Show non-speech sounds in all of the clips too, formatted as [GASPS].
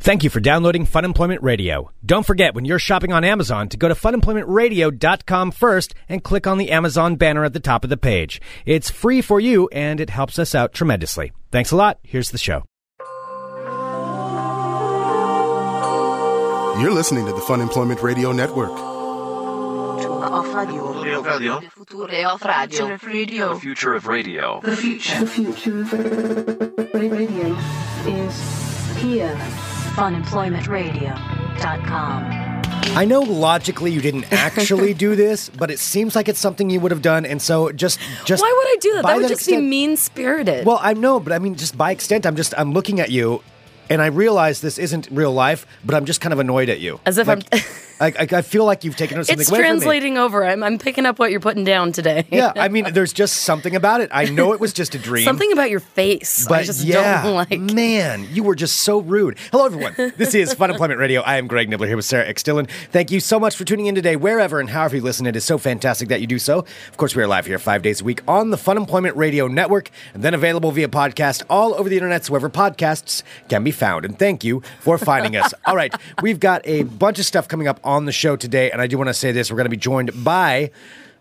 Thank you for downloading Fun Employment Radio. Don't forget when you're shopping on Amazon to go to funemploymentradio.com first and click on the Amazon banner at the top of the page. It's free for you and it helps us out tremendously. Thanks a lot. Here's the show. You're listening to the Fun Employment Radio Network. Future of Radio. Future of Radio. Future of Radio. The future of radio. The future. The future of radio is here. funemploymentradio.com. I know logically you didn't actually do this, but it seems like it's something you would have done and so just just Why would I do that? by That would just extent- be mean spirited. Well, I know, but I mean, just by extent, I'm just I'm looking at you, and I realize this isn't real life, but I'm just kind of annoyed at you. As if Like, I'm- I, I, I feel like you've taken something it's away from me. translating over. I'm, I'm picking up what you're putting down today. Yeah, I mean, there's just something about it. I know it was just a dream. [LAUGHS] Something about your face. But I just yeah, don't [LAUGHS] like. man, you were just so rude. Hello, everyone. This is Fun Employment Radio. I am Greg Nibbler here with Sarah X. Dillon. Thank you so much for tuning in today, wherever and however you listen. It is so fantastic that you do so. Of course, we are live here five days a week on the Fun Employment Radio Network, and then available via podcast all over the internet, wherever podcasts can be found. And thank you for finding us. All right, we've got a bunch of stuff coming up on the show today, and I do want to say this: we're going to be joined by.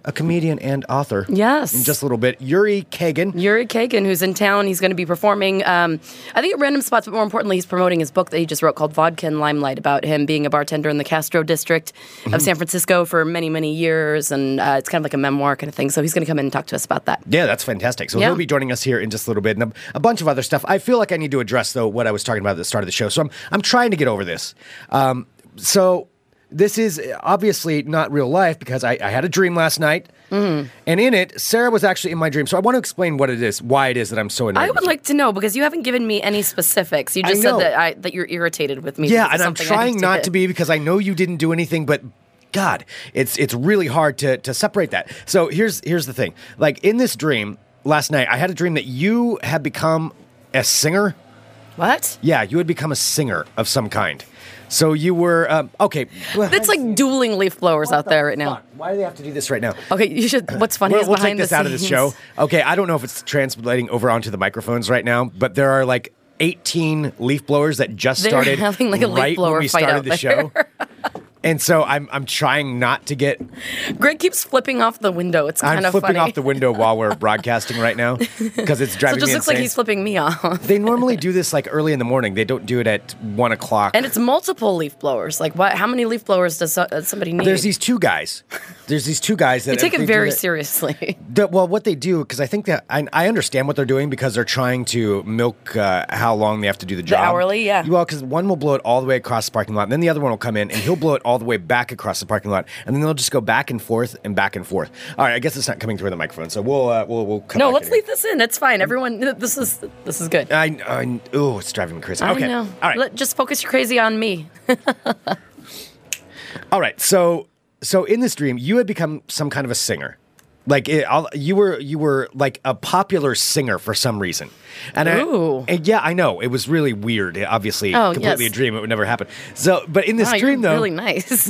A comedian and author. Yes. In just a little bit. Yuri Kagan. Yuri Kagan, who's in town, he's going to be performing, um, I think at random spots, but more importantly, he's promoting his book that he just wrote called Vodka and Limelight about him being a bartender in the Castro district Mm-hmm. of San Francisco for many, many years. And uh, it's kind of like a memoir kind of thing. So he's going to come in and talk to us about that. Yeah, that's fantastic. So Yeah. he'll be joining us here in just a little bit, and a, a bunch of other stuff. I feel like I need to address though what I was talking about at the start of the show. So I'm I'm trying to get over this. Um, so this is uh, obviously not real life because I, I had a dream last night, Mm-hmm. and in it, Sarah was actually in my dream. So I want to explain what it is, why it is that I'm so annoyed. I with would you. like to know because you haven't given me any specifics. You just know. said that I, that you're irritated with me. Yeah, and because of I'm something I trying just not did. to be because I know you didn't do anything, but God, it's it's really hard to to separate that. So here's here's the thing. Like in this dream last night, I had a dream that you had become a singer. What? Yeah, you had become a singer of some kind. So you were um, okay. That's like dueling leaf blowers out there right now. Why do they have to do this right now? Okay, you should. What's funny We'll, is we'll take behind this the out of the scenes- show. Okay, I don't know if it's translating over onto the microphones right now, but there are like 18 leaf blowers that just They're started having, like, a leaf right when blower we fight started out the there. [LAUGHS] show. And so I'm I'm trying not to get Greg keeps flipping off the window. It's I'm kind of flipping funny. off the window while we're broadcasting right now because it's [LAUGHS] so driving it just me looks insane. like he's flipping me off. [LAUGHS] they normally do this like early in the morning. They don't do it at one o'clock. And it's multiple leaf blowers. Like, what? How many leaf blowers does so- uh, somebody need? there's these two guys. There's these two guys that you take they do it very that- [LAUGHS] seriously. [LAUGHS] The- well, what they do because I think that I, I understand what they're doing because they're trying to milk uh, how long they have to do the job. hourly, yeah. Well, because one will blow it all the way across the parking lot, and then the other one will come in and he'll blow it all the way back across the parking lot, and then they'll just go back and forth and back and forth. All right, I guess it's not coming through the microphone, so we'll uh, we'll we'll cut No, back let's in leave this in. It's fine. Everyone, this is this is good. here. I, I oh, it's driving me crazy. Uh, okay, I know. all right, Let, just focus your crazy on me. all right. So so in this dream, you had become some kind of a singer. Like it, all, you were, you were like a popular singer for some reason, and I- Ooh. and yeah, I know it was really weird. It- Obviously, Oh, completely yes. a dream; it would never happen. So, but in this Wow, you're dream, though, really nice.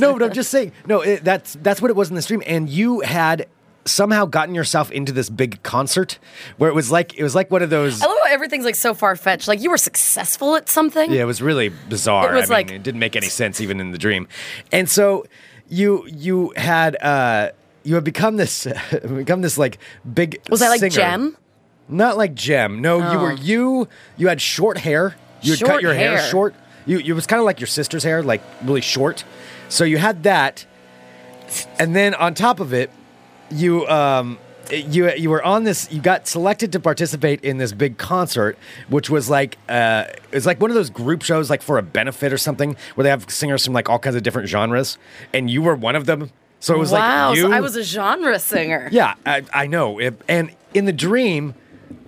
[LAUGHS] no, but I'm just saying, no, it, that's that's what it was in this dream, and you had somehow gotten yourself into this big concert where it was like it was like one of those. [LAUGHS] I love how everything's like so far fetched. Like you were successful at something. Yeah, it was really bizarre. It was I mean, like- it didn't make any sense even in the dream. And so you you had uh you had become this [LAUGHS] become this like big Was that like singer. Gem? Oh. Not like gem. No, you were you you had short hair. You had cut Short your hair, hair. short. You it was kind of like your sister's hair, like really short. So you had that. And then on top of it, you um you you were on this you got selected to participate in this big concert which was like uh it was like one of those group shows like for a benefit or something where they have singers from like all kinds of different genres and you were one of them so it was wow. like you so I was a genre singer. yeah I, I know It- and in the dream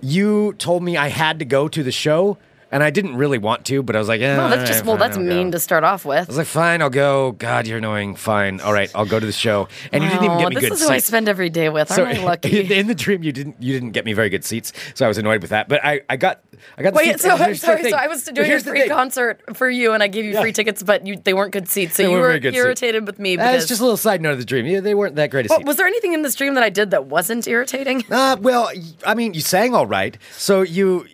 you told me I had to go to the show and I didn't really want to but I was like yeah No, Oh, that's just well, that's mean to start off I with. was like, fine, I'll go. God, you're annoying. Fine, all right, I'll go to the show. And you didn't even Oh, get me this good is who I seats. spend every day with. Aren't I [LAUGHS] in, lucky? in the dream, you didn't you didn't get me very good seats, so I was annoyed with that. But I, I got I got. The Wait, seats, so and I'm here's the sorry. thing. So I was But doing a here's the free thing. Uh, concert for you, and I gave you Yeah. free tickets, but you, they weren't good seats. So They you weren't were very good seats. irritated with me. Uh, Because, it's [LAUGHS] just a little side note of the dream. Yeah, they weren't that great. A Well, seat. was there anything in [LAUGHS] this dream that I did that wasn't irritating? Uh, well, y- I mean, you sang all right, so you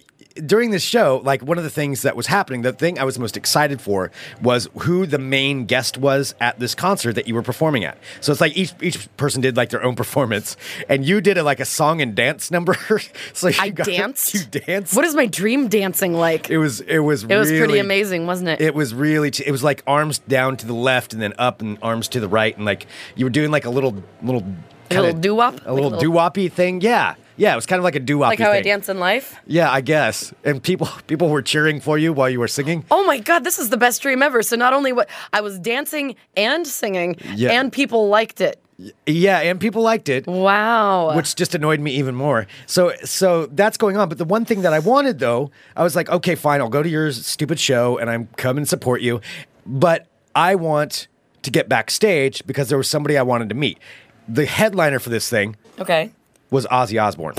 during this show, like one of the things that was happening, the thing I was most excited for was who the main guest was at this concert that you were performing at. So it's like each each person did like their own performance, and you did a, like a song and dance number. [LAUGHS] so you I got- danced. You danced. What is my dream dancing like? it It was it was was pretty really- amazing, wasn't it? It was really ch- it was like arms down to the left and then up and arms to the right and like you were doing like a little little A little kinda- doo-wop? Like a little doo woppy thing. Yeah, yeah, it was kind of like a doo wop. like how thing. I dance in life. Yeah, I guess. And people [LAUGHS] people were cheering for you while you were singing. Oh my god, this is the best dream ever. So not only what I was dancing and singing, Yeah. and people liked it. Yeah, and people liked it. Wow. Which just annoyed me even more. So, so that's going on. But the one thing that I wanted, though, I was like, okay, fine, I'll go to your stupid show and I'm come and support you. But I want to get backstage because there was somebody I wanted to meet. The headliner for this thing okay. was Ozzy [LAUGHS] Osbourne.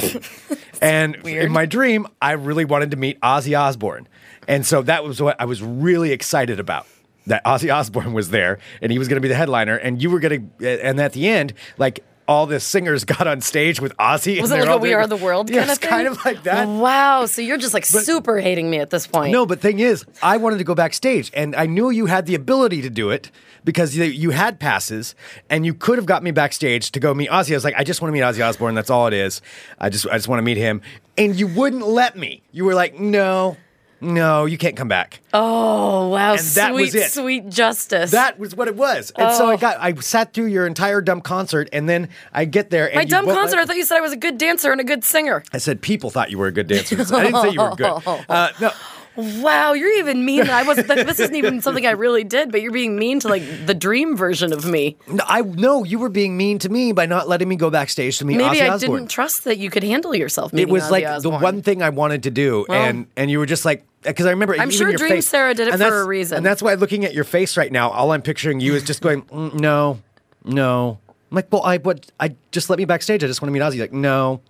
and weird. in my dream, I really wanted to meet Ozzy Osbourne. And so that was what I was really excited about. That Ozzy Osbourne was there and he was going to be the headliner and you were going to and at the end like all the singers [LAUGHS] got on stage with Ozzy. Was and it they're like a all We doing- Are the World Yeah, kind of it's thing? kind of like that. Wow. So you're just like super hating me at this point. No, but thing is, I wanted to go backstage, and I knew you had the ability to do it because you, you had passes, and you could have got me backstage to go meet Ozzy. I was like, I just want to meet Ozzy Osbourne. That's all it is. I just I just want to meet him, and you wouldn't let me. You were like, no, no, you can't come back. Oh wow. And that sweet, was it. sweet justice. That was what it was, and so Oh. I got I sat through your entire dumb concert, and then I get there. And my you dumb won't let concert. me- I thought you said I was a good dancer and a good singer. I said people thought you were a good dancer. I didn't say you were [LAUGHS] good. Uh, no, Wow, you're even mean. I wasn't. that- This isn't even something I really did. But you're being mean to like the dream version of me. no, I no, you were being mean to me by not letting me go backstage to meet Maybe Ozzy I Osbourne. didn't trust that you could handle yourself. it meeting was Ozzy like Osbourne. the one thing I wanted to do, Well. and and you were just like, because I remember. even sure your Dream face- Sarah did and it for that's- a reason. and that's why looking at your face right now, all I'm picturing you is just going, "Mm, no, no. I'm like, well, I what? I just let me backstage. I just want to meet Ozzy. Like, no,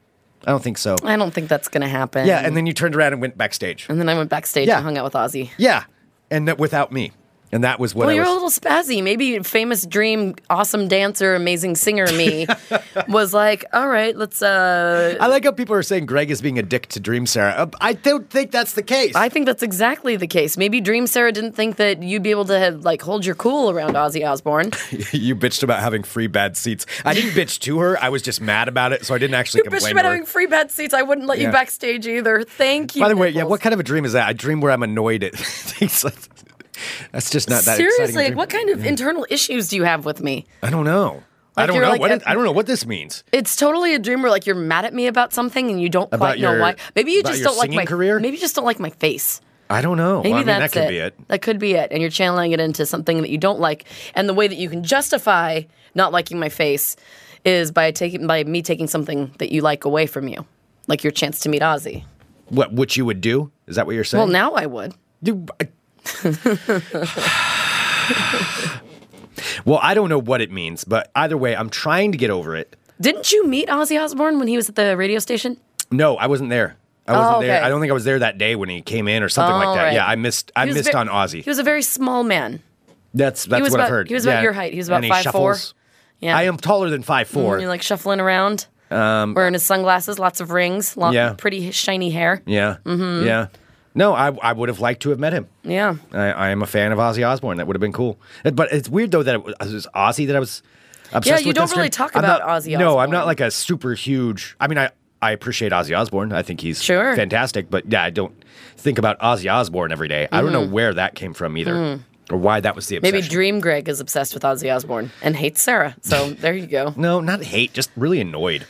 I don't think so. I don't think that's gonna happen. Yeah, and then you turned around and went backstage. and then I went backstage Yeah. and hung out with Ozzy. Yeah, and that without me, and that was what Well, I you're was. a little spazzy. Maybe famous dream, awesome dancer, amazing singer [LAUGHS] me was like, all right, let's. uh I like how people are saying Greg is being a dick to Dream Sarah. Uh, I don't think that's the case. I think that's exactly the case. Maybe Dream Sarah didn't think that you'd be able to have, like hold your cool around Ozzy [LAUGHS] Osbourne. [LAUGHS] you bitched about having free bad seats. I didn't bitch to her. I was just mad about it, so I didn't actually you complain. bitched to about her. having free bed seats. I wouldn't let Yeah. you backstage either. Thank you. By the way, yeah, Nichols. what kind of a dream is that? I dream where I'm annoyed at [LAUGHS] things. Like, that's just not that exciting. a Seriously, like, dream. Mm-hmm. what kind of internal issues do you have with me? I don't know. I Like, don't you're know. like what a- it- I don't know what this means. It's totally a dream where like you're mad at me about something and you don't About quite know your- why. Maybe you about just your don't like singing my career? Maybe you just don't like my face. I don't know. Maybe Well, I mean, that that's could be it. That could be it. And you're channeling it into something that you don't like. And the way that you can justify not liking my face is by taking by me taking something that you like away from you, like your chance to meet Ozzy. What which you would do? Is that what you're saying? Well, now I would. Do- I- well, I don't know what it means, but either way, I'm trying to get over it. Didn't you meet Ozzy Osbourne when he was at the radio station? No, I wasn't there. I wasn't Oh, there. okay. I don't think I was there that day when he came in or something like All that. right. Yeah, I missed. I He was missed ve- on Ozzy. He was a very small man. that's that's was what I've about- heard. he was about your height. He was about And he 5'4". shuffles. Yeah. I am taller than five four. And you're like shuffling around, um, wearing his sunglasses, lots of rings, lo- Yeah. pretty shiny hair. Yeah. Mm-hmm. Yeah. No, I, I would have liked to have met him. Yeah. I, I am a fan of Ozzy Osbourne. That would have been cool. Uh, But it's weird though that it was, it was Ozzy that I was obsessed you with don't yesterday. really talk I'm about not- Ozzy No, I'm Osbourne. not like a super huge. I mean, I I appreciate Ozzy Osbourne. I think he's Sure. fantastic. But yeah, I don't think about Ozzy Osbourne every day. I don't know where that came from either, or why that was the obsession. Mm-hmm. Mm. Maybe Dream Greg is obsessed with Ozzy Osbourne and hates Sarah. So there [LAUGHS] you go. No, not hate. Just really [LAUGHS] annoyed.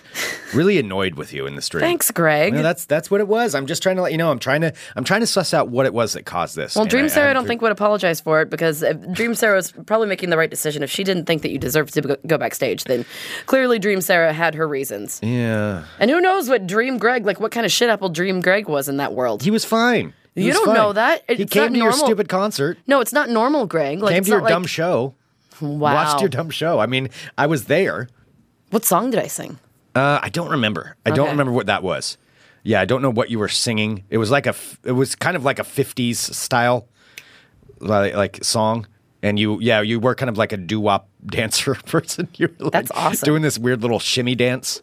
really annoyed with you in the stream. Thanks, Greg. No, that's that's what it was. I'm just trying to let you know. I'm trying to I'm trying to suss out what it was that caused this. Well, And Dream I- Sarah, I I'm don't through- think would apologize for it because if Dream Sarah was probably making the right decision. If she didn't think that you deserved to go- go backstage, then clearly Dream Sarah had her reasons. Yeah. And who knows what Dream Greg, like what kind of shit apple Dream Greg was in that world? He was fine. He You was don't fine. know that. he It's came not to your normal. stupid concert. no, it's not normal, Greg. Like, came it's to your not like- dumb show. Wow. Watched your dumb show. I mean, I was there. What song did I sing? Uh, I don't remember. I don't Okay. remember what that was. Yeah, I don't know what you were singing. It was like a. f- It was kind of like a '50s style, like, like song. And you, yeah, you were kind of like a doo wop [LAUGHS] dancer person. You were like That's awesome. Doing this weird little shimmy dance.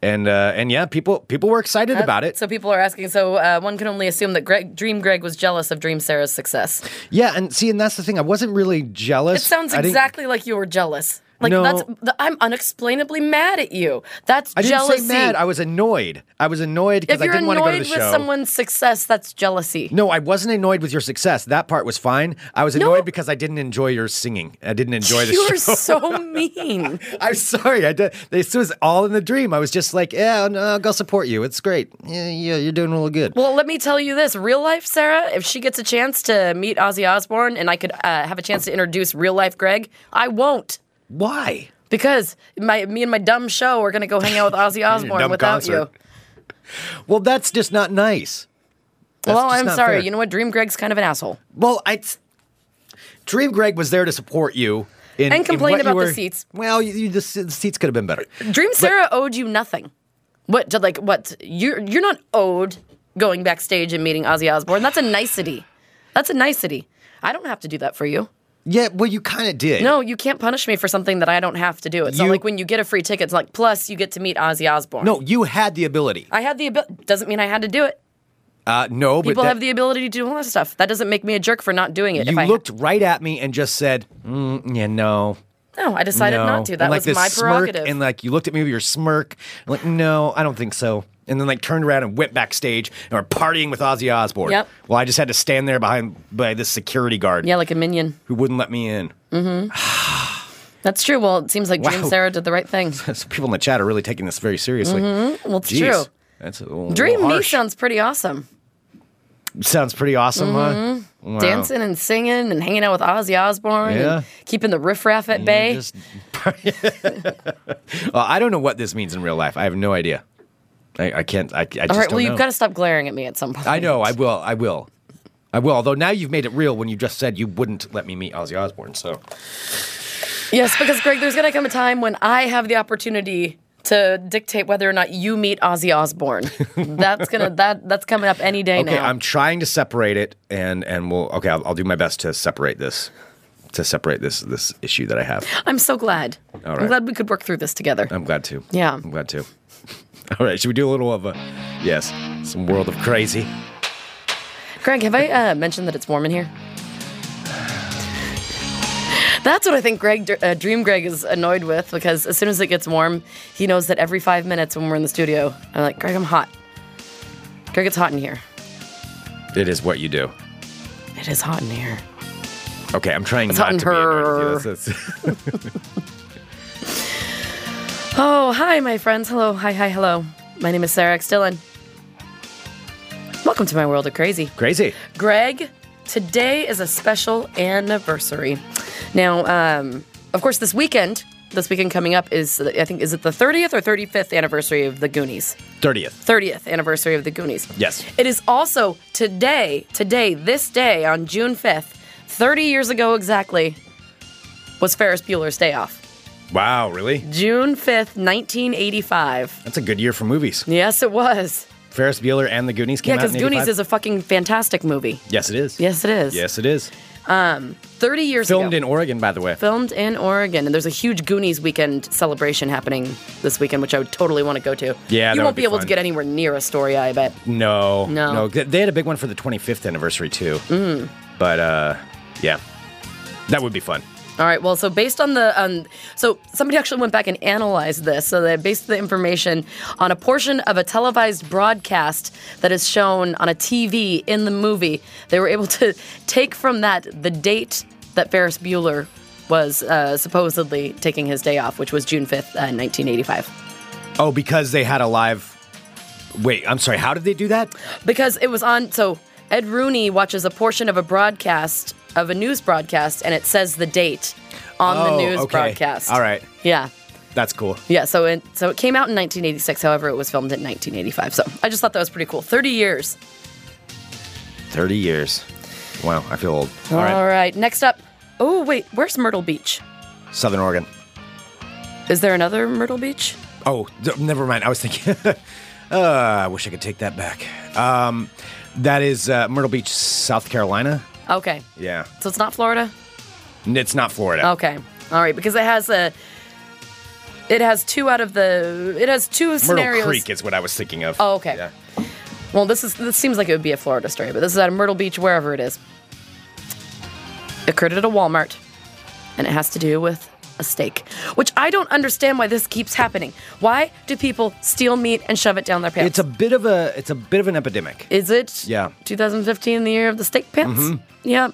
and uh, and yeah, people people were excited about it. So people are asking. So uh, one can only assume that Greg, Dream Greg was jealous of Dream Sarah's success. yeah, and see, and that's the thing. I wasn't really It jealous. sounds I didn't- exactly like you were jealous. Like No. that's th- I'm unexplainably mad at you. That's I didn't jealousy. say mad. I was annoyed. I was annoyed because if I you're didn't want annoyed to go to the with show. someone's success, that's jealousy. No, I wasn't annoyed with your success. That part was fine. I was No. annoyed because I didn't enjoy your singing. I didn't [LAUGHS] enjoy the [LAUGHS] You're show. [LAUGHS] so mean. I'm sorry. I did, this was all in the dream. I was just like, yeah, no, I'll go support you. It's great. Yeah, yeah you're doing really good. Well, let me tell you this: real life Sarah, if she gets a chance to meet Ozzy Osbourne, and I could uh, have a chance to introduce real life Greg, I won't Why? because my me and my dumb show are gonna go hang out with [LAUGHS] Ozzy Osbourne dumb without you. concert. Well, that's just not nice. That's Well, just I'm not sorry. fair. You know what? Dream Greg's kind of an asshole Well, I Dream Greg was there to support you. In, And in complain what you about the were- seats. Well, you, you, the, se- the seats could have been better. Dream Sarah owed you nothing. What? To like what? You're you're not owed going backstage and meeting Ozzy Osbourne. That's a nicety. That's a nicety. I don't have to do that for you. Yeah, well, you kind of did. No, you can't punish me for something that I don't have to do. It's not You- like when you get a free ticket. It's like plus you get to meet Ozzy Osbourne. No, you had the ability. I had the ability. Doesn't mean I had to do it. Uh, no, but People that- have the ability to do all that stuff. That doesn't make me a jerk for not doing it. You if I looked right at me and just said, mm, "Yeah, no, no, I decided no." not to. That and like was this my prerogative. Smirk, and like you looked at me with your smirk, and like, "No, I don't think so." And then like turned around and went backstage and were partying with Ozzy Osbourne. Yep. Well, I just had to stand there behind by this security guard yeah, like a minion. who wouldn't let me in. [LAUGHS] That's true. Well, it seems like Dream Wow. Sarah did the [LAUGHS] right thing. So people in the chat are really taking this very seriously. Well, Mm-hmm. it's Jeez. true. That's a little Dream Me harsh. sounds pretty awesome. sounds pretty awesome, huh? Wow. Dancing and singing and hanging out with Ozzy Osbourne Yeah. and keeping the riffraff at bay. Just- [LAUGHS] well, I don't know what this means in real life. I have no idea. I, I can't. I, I just All right, don't well, know. you've got to stop glaring at me at some point. I know. I will. I will. I will. Although now you've made it real when you just said you wouldn't let me meet Ozzy Osbourne. So Yes, because Greg, there's going to come a time when I have the opportunity to dictate whether or not you meet Ozzy [LAUGHS] Osbourne. that's gonna that that's coming up any day okay, now. I'm trying to separate it, and and we'll okay. I'll, I'll do my best to separate this, to separate this this issue that I have. I'm so glad. All I'm right. glad we could work through this together. I'm glad to. Yeah. I'm glad to. [LAUGHS] All right, should we do a little of a yes, some world of crazy? Greg, have I uh, mentioned that it's warm in here? That's what I think Greg, uh, Dream Greg is annoyed with because as soon as it gets warm, he knows that every five minutes when we're in the studio, I'm like, Greg, I'm hot. Greg, it's hot in here. It is what you do. It is hot in here. Okay, I'm trying on not to her. be. annoyed with you. That's- that's- Oh, hi, my friends. Hello, hi, hi, hello. My name is Sarah X. Dillon. Welcome to my world of crazy. [LAUGHS] crazy. Greg, today is a special anniversary. Now, um, of course, this weekend, this weekend coming up is, I think, is it the 30th or 35th anniversary of the Goonies? Thirtieth. 30th anniversary of the Goonies. Yes. It is also today, today, this day on June 5th, 30 years ago exactly, was Ferris Bueller's Day Off. Wow, really? June 5th, 1985. That's a good year for movies. Yes, it was. Ferris Bueller and the Goonies Yeah, came out. because Goonies is a fucking fantastic movie. yes, it is. Yes, it is. Yes, it is. 30 years Filmed ago. in Oregon, by the way. filmed in Oregon, and there's a huge Goonies weekend celebration happening this weekend, which I would totally want to go to. Yeah, that you won't would be able to fun. get anywhere near Astoria, I bet. No, No. no. They had a big one for the 25th anniversary too. Mm. But uh, yeah, that would be fun. All right. Well, so based on the um, so somebody actually went back and analyzed this. So they based the information on a portion of a televised broadcast that is shown on a TV in the movie. They were able [LAUGHS] to take from that the date that Ferris Bueller was uh, supposedly taking his day off, which was June fifth, uh, nineteen eighty-five. Oh, because they had a live. Wait, I'm sorry. How did they do that? because it was on so ed rooney watches a portion of a broadcast of a news broadcast and it says the date on the Oh, news okay. broadcast All right, yeah that's cool. yeah so it so it came out in 1986 however it was filmed in 1985 so i just thought that was pretty cool 30 years 30 years. Wow, I feel old. All all right, right, next up oh wait where's myrtle beach Southern Oregon. is there another myrtle beach Oh, d- never mind. I was thinking. [LAUGHS] uh, I wish I could take that back. Um, that is uh, Myrtle Beach, South Carolina. okay Yeah, so it's not florida Oh, it's not Florida. okay all right because it has a It has two out of the. It has two Myrtle scenarios. Creek is what I was thinking of. Oh, okay. Yeah. Well, this is this seems like it would be a Florida story, but this is out of Myrtle Beach, wherever it is. Occurred at a Walmart, and it has to do with a steak, which I don't understand why this keeps happening. Why do people steal meat and shove it down their It's pants? a bit of a it's a bit of an epidemic. Is it? Yeah. 2015, the year of the steak pants? Yeah.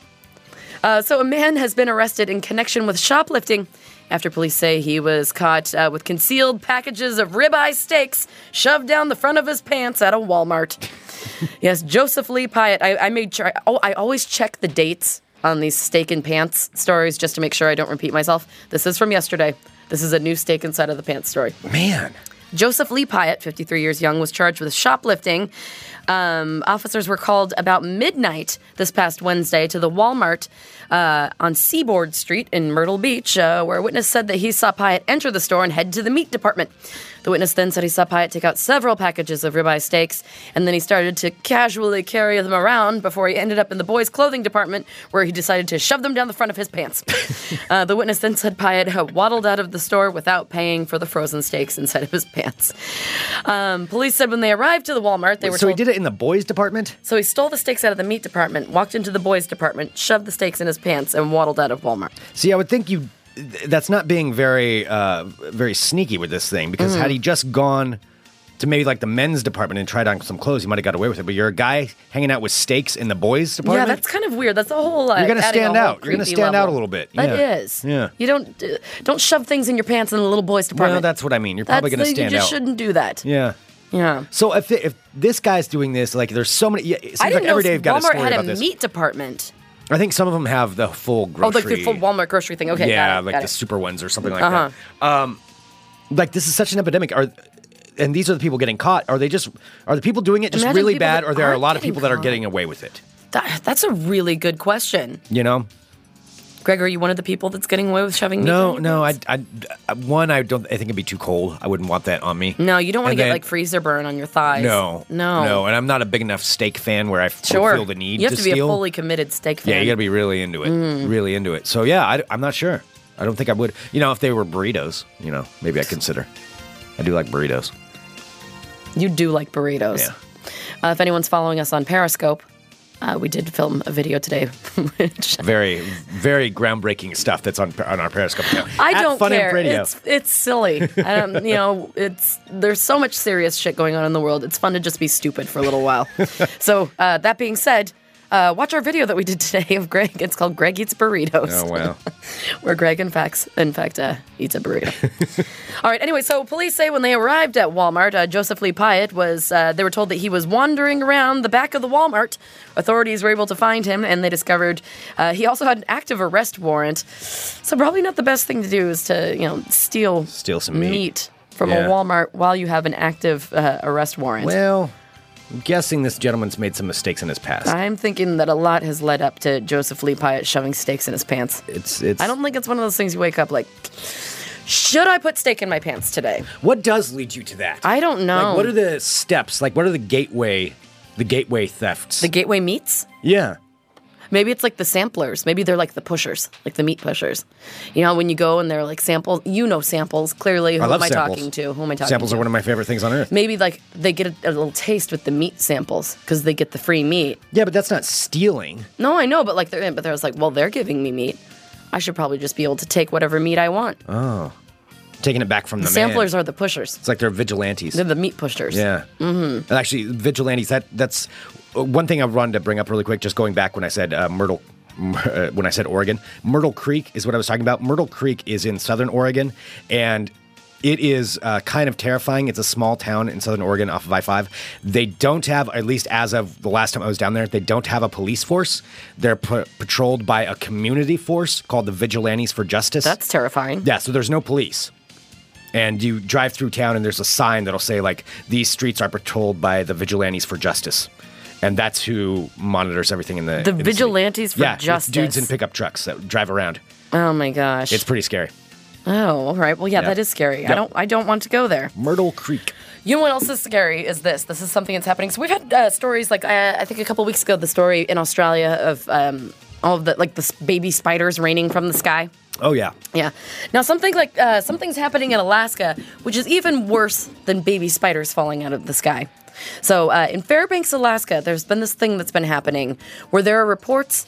Uh, so a man has been arrested in connection with shoplifting after police say he was caught uh, with concealed packages of ribeye steaks shoved down the front of his pants at a Walmart. yes, Joseph Lee Pyatt. I, I made sure. Oh, I always check the dates on these steak and pants stories just to make sure I don't repeat myself. This is from yesterday. This is a new steak inside of the pants story. Man. Joseph Lee Pyatt, 53 years young, was charged with shoplifting. Um, officers were called about midnight this past Wednesday to the Walmart uh, on Seaboard Street in Myrtle Beach, uh, where a witness said that he saw Pyatt enter the store and head to the meat department. The witness then said he saw Pyatt take out several packages of ribeye steaks, and then he started to casually carry them around before he ended up in the boys' clothing department, where he decided to shove them down the front of [LAUGHS] his pants. Uh, the witness then said Pyatt had waddled out of the store without paying for the frozen steaks inside of his pants. Um, police said when they arrived to the Walmart, they were So he told, did it in the boys department? so he stole the steaks out of the meat department, walked into the boys' department, shoved the steaks in his pants, and waddled out of Walmart. See, I would think you th- that's not being very uh very sneaky with this thing because Mm. had he just gone to maybe like the men's department and tried on some clothes, he might have got away with it. But you're a guy hanging out with steaks in the boys Yeah, department? that's kind of weird. That's a whole. Like, You're gonna adding a stand whole out. You're gonna creepy stand out level. a little bit. That Yeah. is. Yeah. You don't uh, don't shove things in your pants in the little boys' department. Well, that's what I mean. You're probably That's gonna the- stand You just out. shouldn't do that. Yeah. Yeah. So if if this guy's doing this, like there's so many. Yeah, it seems I didn't like every know day I've got a Walmart story had about a this. meat department. I think some of them have the full Oh, grocery. like the full Walmart grocery thing. Okay, yeah, got it, like got the it. super ones or something like Uh-huh. that. Um, like this is such an epidemic. Are and these are the people getting caught. Are they just are the people doing it just Imagine really people bad, that or there are a aren't lot of getting people that are caught. getting away with it? That- that's a really good question. You know? Greg, are you one of the people that's getting away with shoving meat? No, down your no. pants? I, I, I- one, I don't. I think it'd be too cold. I wouldn't want that on me. No, you don't want to And get then- like freezer burn on your thighs. No, No. no. And I'm not a big enough steak fan where I f- Sure. feel the need. you have to, be steal. a fully Mm. committed steak fan. Yeah, you got to be really into it, really into it. So yeah, I, am not sure. I don't think I would. You know, if they were burritos, you know, maybe I would consider. I do like burritos. You do like burritos. Yeah. Uh, if anyone's following us on Periscope, uh, we did film a video today. [LAUGHS] Which Very, very groundbreaking stuff that's on on our Periscope account. I At don't Fun Imp care. Radio. It's it's silly. I don't, you know, [LAUGHS] it's there's so much serious shit going on in the world. It's fun to just be stupid for a [LAUGHS] little while. so uh, that being said, uh, watch our video that we did today of Greg. It's called Greg eats burritos. oh wow. [LAUGHS] where Greg, in fact, in fact, uh, eats a burrito. [LAUGHS] All right. Anyway, so police say when they arrived at Walmart, uh, Joseph Lee Pyatt was. Uh, they were told that he was wandering around the back of the Walmart. Authorities were able to find him, and they discovered uh, he also had an active arrest warrant. So probably not the best thing to do is to you know steal Steal some meat. from Yeah. a Walmart while you have an active uh, arrest warrant. Well, I'm guessing this gentleman's made some mistakes in his past. I'm thinking that a lot has led up to Joseph Lee Pyatt shoving steaks in his pants. It's it's. I don't think it's one of those things you wake up like, should I put steak in my pants today? What does lead you to that? I don't know. Like, what are the steps? Like, what are the gateway, the gateway thefts? The gateway meats? yeah. Maybe it's like the samplers. Maybe they're like the pushers, like the meat pushers. You know, when you go and they're like samples, you know samples, clearly. Who I love am I samples. talking to? Who am I talking Samples to? are one of my favorite things on earth. Maybe like they get a, a little taste with the meat samples because they get the free meat. Yeah, but that's not stealing. No, I know, but like they're in, but they're just like, well, they're giving me meat. I should probably just be able to take whatever meat I want. Taking it back from the, Oh, man. samplers are the pushers. It's like they're vigilantes. They're the meat pushers. Yeah. Mm-hmm. Actually, vigilantes. That that's uh, one thing I wanted to bring up really quick. Just going back when I said uh, Myrtle. [LAUGHS] uh, When I said Oregon, Myrtle Creek is what I was talking about. Myrtle Creek is in southern Oregon, and it is uh, kind of terrifying. It's a small town in southern Oregon off of I 5. They don't have, at least as of the last time I was down there, they don't have a police force. They're pa- patrolled by a community force called the Vigilantes for Justice. That's terrifying. Yeah, so there's no police. And you drive through town and there's a sign that'll say like these streets are patrolled by the vigilantes for justice. And that's who monitors everything in the The in city. Vigilantes for yeah, it's Justice. Dudes in pickup trucks that drive around. Oh my gosh. It's pretty scary. Oh, all right. Well, yeah, Yeah. that is scary. I Yep. don't. I don't want to go there. Myrtle Creek. You know what else is scary is this. This is something that's happening. So we've had uh, stories like uh, I think a couple weeks ago the story in Australia of um, all of the like the s- baby spiders raining from the sky. Oh yeah. Yeah. Now something like uh, something's happening in Alaska, which is even worse than baby spiders falling out of the sky. So uh, in Fairbanks, Alaska, there's been this thing that's been happening where there are reports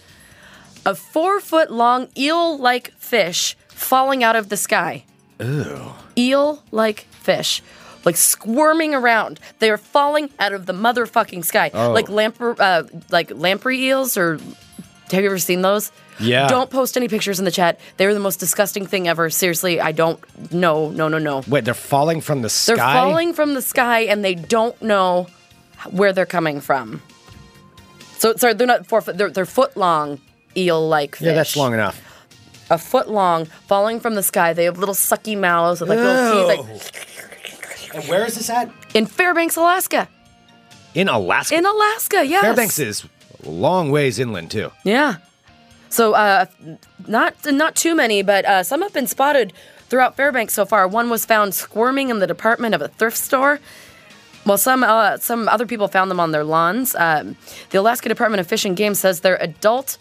of four foot long eel like fish falling out of the sky. Ew. Eel like fish. Like squirming around, they are falling out of the motherfucking sky, Oh. like lamper, uh, like lamprey eels, or have you ever seen those? Yeah. Don't post any pictures in the chat. They were the most disgusting thing ever. Seriously, I don't. No, no, no, no. Wait, they're falling from the sky. They're falling from the sky and they don't know where they're coming from. So sorry, they're not four foot. They're, they're foot long eel-like fish. Yeah, that's long enough. A foot long, falling from the sky. They have little sucky mouths with like little teeth. Like, And where is this at? in Fairbanks, Alaska. In Alaska. In Alaska, yes. Fairbanks is a long ways inland too. Yeah. So uh, not not too many, but uh, some have been spotted throughout Fairbanks so far. One was found squirming in the department of a thrift store. Well, some uh, some other people found them on their lawns. Um, the Alaska Department of Fish and Game says they're adult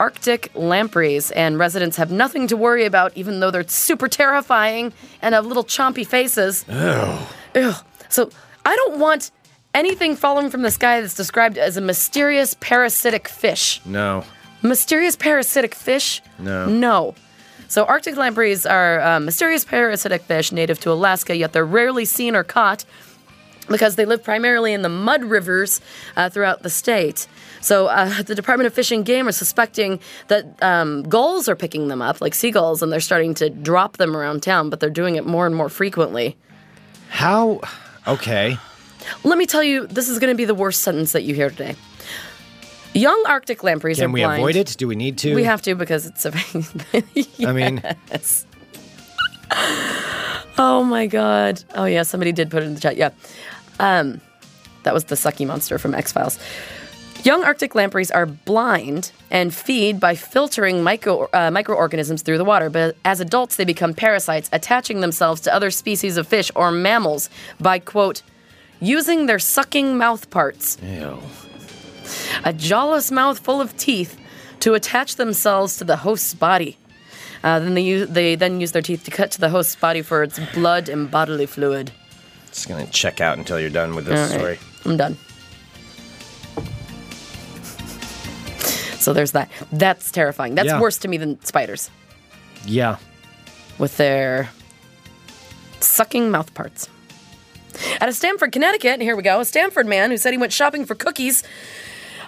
Arctic lampreys, and residents have nothing to worry about, even though they're super terrifying and have little chompy faces. Ew. So I don't want anything falling from the sky that's described as a mysterious parasitic fish. No. Mysterious parasitic fish? No. No. So Arctic lampreys are uh, mysterious parasitic fish native to Alaska, yet they're rarely seen or caught because they live primarily in the mud rivers uh, throughout the state. So uh, the Department of Fish and Game are suspecting that um, gulls are picking them up, like seagulls, and they're starting to drop them around town, but they're doing it more and more frequently. How? Okay. Let me tell you, this is going to be the worst sentence that you hear today. Young Arctic lampreys Can are we blind. avoid it? Do we need to? We have to because it's a. [LAUGHS] I mean, Oh my god. Oh yeah, somebody did put it in the chat. Yeah. Um, that was the sucky monster from X Files. Young Arctic lampreys are blind and feed by filtering micro, uh, microorganisms through the water, but as adults, they become parasites, attaching themselves to other species of fish or mammals by, quote, using their sucking mouth parts, ew. a jawless mouth full of teeth, to attach themselves to the host's body. Uh, then they, use, they then use their teeth to cut to the host's body for its blood and bodily fluid. just gonna check out until you're done with this All story. right. I'm done. So there's that. That's terrifying. That's Yeah. worse to me than spiders [LAUGHS] Yeah. with their sucking mouth parts. Out of Stamford, Connecticut, here we go. A Stamford man who said he went shopping for cookies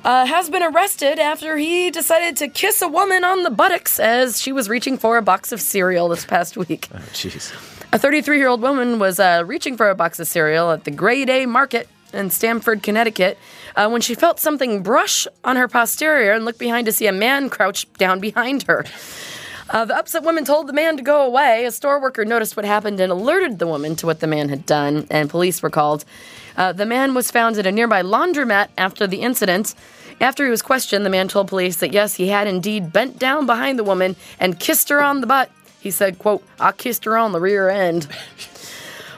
uh, has been arrested after he decided to kiss a woman on the buttocks as she was reaching for a box of cereal this past week. Oh, Jeez. A 33 year old woman was uh, reaching for a box of cereal at the Grade A Market in Stamford, Connecticut, uh, when she felt something brush on her posterior and looked behind to see a man crouched down behind her. Uh, the upset woman told the man to go away. A store worker noticed what happened and alerted the woman to what the man had done, and police were called. Uh, the man was found at a nearby laundromat after the incident. After he was questioned, the man told police that yes, he had indeed bent down behind the woman and kissed her on the butt. He said, quote, I kissed her on the rear end.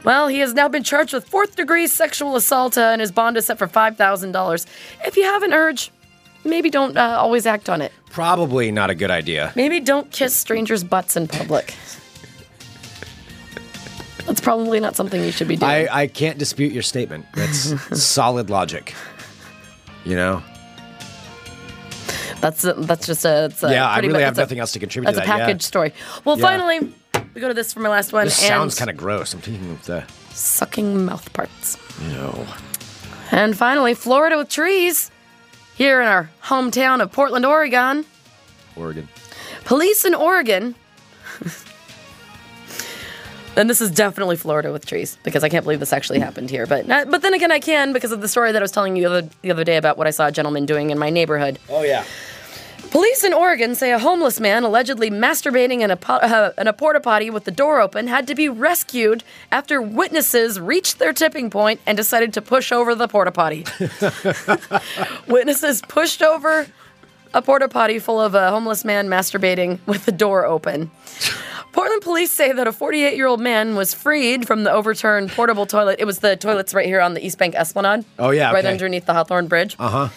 Well, he has now been charged with fourth degree sexual assault uh, and his bond is set for $5,000. If you have an urge, maybe don't uh, always act on it. Probably not a good idea. Maybe don't kiss strangers' butts in public. That's probably not something you should be doing. I, I can't dispute your statement. [LAUGHS] That's solid logic. You know? that's that's just a it's a Yeah, I pretty really mu- have that's a- nothing else to contribute to That's a that, yeah. package story. Well, Yeah. finally, we go to this for my last one. This and sounds kind of gross. I'm thinking of the. sucking mouth parts. You know. And finally, Florida with trees. Here in our hometown of Portland, Oregon, Oregon. police in [LAUGHS] Oregon. And this is definitely Florida with trees because I can't believe this actually happened here. But but then again, I can because of the story that I was telling you the other, the other day about what I saw a gentleman doing in my neighborhood. Oh, yeah. Police in Oregon say a homeless man allegedly masturbating in a, po- uh, in a porta potty with the door open had to be rescued after witnesses reached their tipping point and decided to push over the [LAUGHS] porta potty. witnesses pushed over a porta potty full of a homeless man masturbating with the door open. Portland police say that a 48 year old man was freed from the overturned portable toilet. It was the toilets right here on the East Bank Esplanade. Oh, yeah, Right okay. Uh-huh. underneath the Hawthorne Bridge. Uh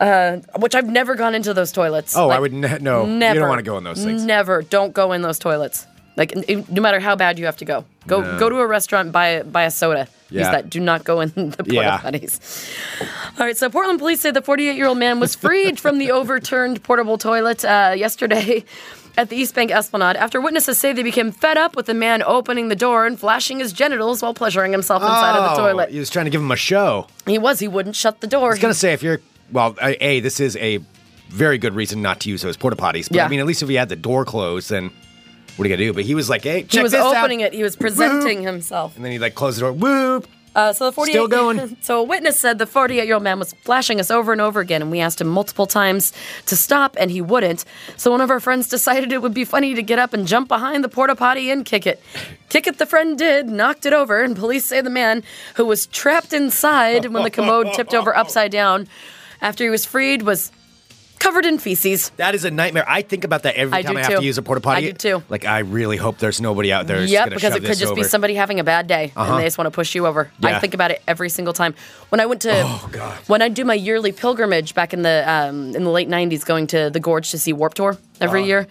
huh. which I've never gone into those toilets. Oh, I Like, would ne- no. You Never. don't want to go in those things. Never. Don't go in those toilets. Like n- n- no matter how bad you have to go, go No. go to a restaurant buy buy a soda. Use Yeah. that. Do not go in [LAUGHS] the porta Yeah. potties. All right. So Portland police say the 48 year old man was freed from the overturned portable toilet uh, yesterday. At the East Bank Esplanade, after witnesses say they became fed up with the man opening the door and flashing his genitals while pleasuring himself inside of the Oh, toilet. He was trying to give him a show. He was, he wouldn't shut the door. I was gonna say if you're well, I- a this is a very good reason not to use those porta potties. But Yeah. I mean, at least if he had the door closed, then what are you gonna do? But he was like, hey, check he was this out. opening it, he was presenting himself. and then he like closed the door. Whoop. Uh, so the 48 Still going. [LAUGHS] So a witness said the 48 year old man was flashing us over and over again, and we asked him multiple times to stop, and he wouldn't. So one of our friends decided it would be funny to get up and jump behind the porta potty and kick it. Kick it, the friend did, knocked it over, and police say the man who was trapped inside when the commode tipped [LAUGHS] over upside down after he was freed was covered in feces. That is a nightmare. I think about that every I time do I have too. to use a porta potty. I do too. Like I really hope there's nobody out there. that's Yep, gonna because shove it could this just over. be Uh-huh. somebody having a bad day and they just want to push you over. I Yeah. Oh, think about it every single time. When I went to, when I do my yearly pilgrimage back in the um, in the late '90s, going to the gorge to see Warp Tour every year,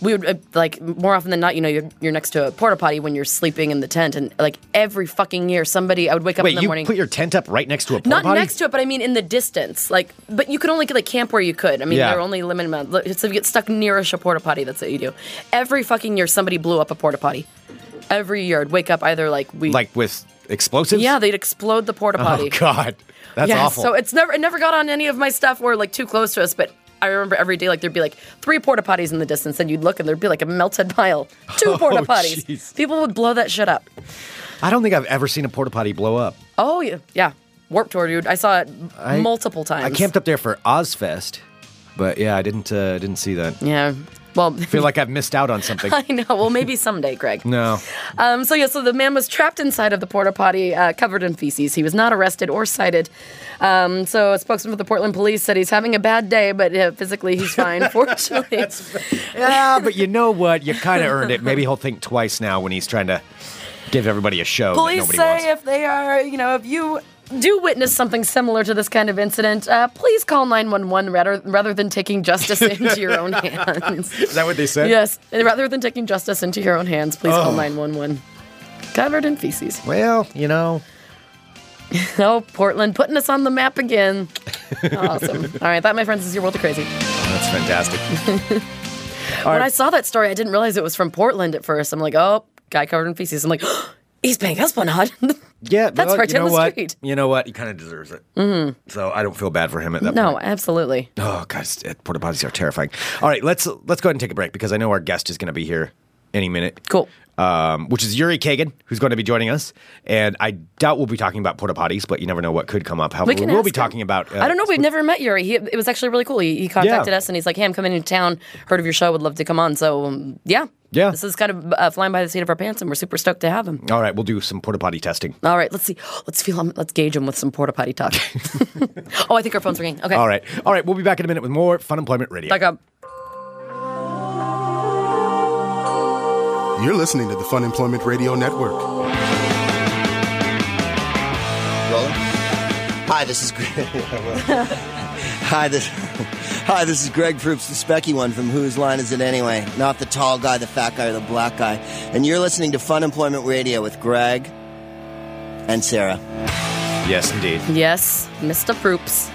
we would uh, like more often than not, you know, you're, you're next to a porta potty when you're sleeping in the tent, and like every fucking year, somebody I would wake up in Wait, the you morning. put your tent up right next to a porta not potty? next to it, but I mean in the distance. Like, but you could only like camp where you could. I mean, Yeah. there are only a limited amount. Look, So if you get stuck nearish a porta potty, that's what you do. Every fucking year, somebody blew up a porta potty. Every year, I'd wake up either like we like with explosives. yeah, they'd explode the porta potty. Oh God, that's yeah, awful. so it's never it never got on any of my stuff or like too close to us, but. I remember every day, like there'd be like three porta potties in the distance, and you'd look, and there'd be like a melted [LAUGHS] pile, two porta potties. Oh, jeez. People would blow that shit up. I don't think I've ever seen a porta potty blow up. Oh yeah, yeah, warp tour, dude. I saw it I- multiple times. I camped up there for Ozfest, but yeah, I didn't. Uh, didn't see that. Yeah, well, [LAUGHS] feel like I've missed out on something. I know. Well, maybe someday, Greg. No. Um, so yeah, so the man was trapped inside of the porta potty, uh, covered in feces. He was not arrested or cited. Um, so a spokesman for the Portland police said he's having a bad day, but uh, physically [LAUGHS] he's fine. Fortunately, Yeah, Ah, but you know what? You kind of earned it. Maybe he'll think twice now when he's trying to give everybody a show. that police nobody wants. say if they are, you know, if you do witness something similar to this kind of incident, uh, please call nine one one rather rather than [LAUGHS] taking justice into your own hands. Is that what they said? Yes, and rather than taking justice into your own hands, please Oh. call nine one one. Covered in feces. Well, you know. No, Portland putting us on the map again. [LAUGHS] awesome. All right, that, my friends, is your world of crazy. That's fantastic. when I saw that story, I didn't realize it was from Portland at first. I'm like, oh, guy covered in feces. I'm like, [GASPS] East Bank Esplanade. Yeah, That's well, right you down know the what? street. Mm-hmm. You know what? He kind of deserves it. So I don't feel bad for him at that [LAUGHS] no, point. absolutely. Oh, guys, eh, porta potties are terrifying. All right, let's let's go ahead and take a break because I know our guest is going to be here any minute. Cool. um, which is Yuri Kagan, who's going to be joining us. And I doubt we'll be talking about porta potties, but you never know what could come up. However, We can will ask be him. talking about. uh, I don't know. We've never met Yuri. He, it was actually really cool. He, he contacted Yeah. us and he's like, hey, I'm coming into town. Heard of your show. Would love to come on. So, um, yeah. Yeah. This is kind of uh, flying by the seat of our pants, and we're super stoked to have him. All right, we'll do some porta potty testing. All right, let's see. [GASPS] Let's feel him. Let's gauge him with some porta [LAUGHS] potty talk. [LAUGHS] oh, I think our phone's ringing. Okay. All right, all right, we'll be back in a minute with more Fun Employment Radio. Back up. You're listening to the Fun Employment Radio Network. Rolling. Hi, this is Greg. [LAUGHS] hi, this. Hi, this is Greg Proops, the specky one from Whose Line Is It Anyway? Not the tall guy, the fat guy, or the black guy. And you're listening to Fun Employment Radio with Greg and Sarah. Yes, indeed. Yes, Mr. Proops.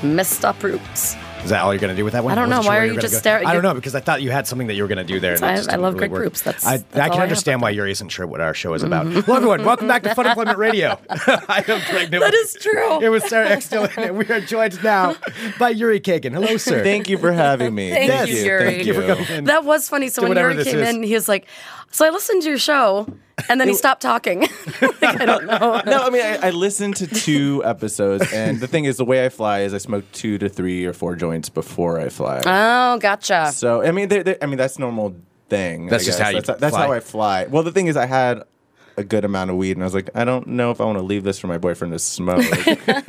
Mr. Proops. Is that all you're going to do with that one? I don't know. wasn't sure Why where were are you gonna just go. staring- I you- don't know because I thought you had something that you were going to do there. and I- it just I didn't love really great work. groups. That's- I, that's I can all I have Mm-hmm. understand why Yuri's unsure what our show is about. Hello, [LAUGHS] everyone. Welcome back to Fun Employment Radio. [LAUGHS] I am Greg Nibbler. That is true. It was Sarah Extillin, and we are joined now by Yuri Kagan. Hello, sir. Thank you for having me. Thank you, Yuri. Thank you. for coming in. That was funny. So Do when whatever Yuri this came is. in, he was like, So I listened to your show, and then he stopped talking. [LAUGHS] Like, [LAUGHS] I don't know. [LAUGHS] No, I mean, I, I listened to two episodes, and the thing is, the way I fly is I smoke two to three or four joints before I fly. Oh, gotcha. so, I mean, they they I mean, that's normal thing. I That's just guess. how you that's, that's fly. how I fly. Well, the thing is, I had a good amount of weed, and I was like, I don't know if I want to leave this for my boyfriend to smoke.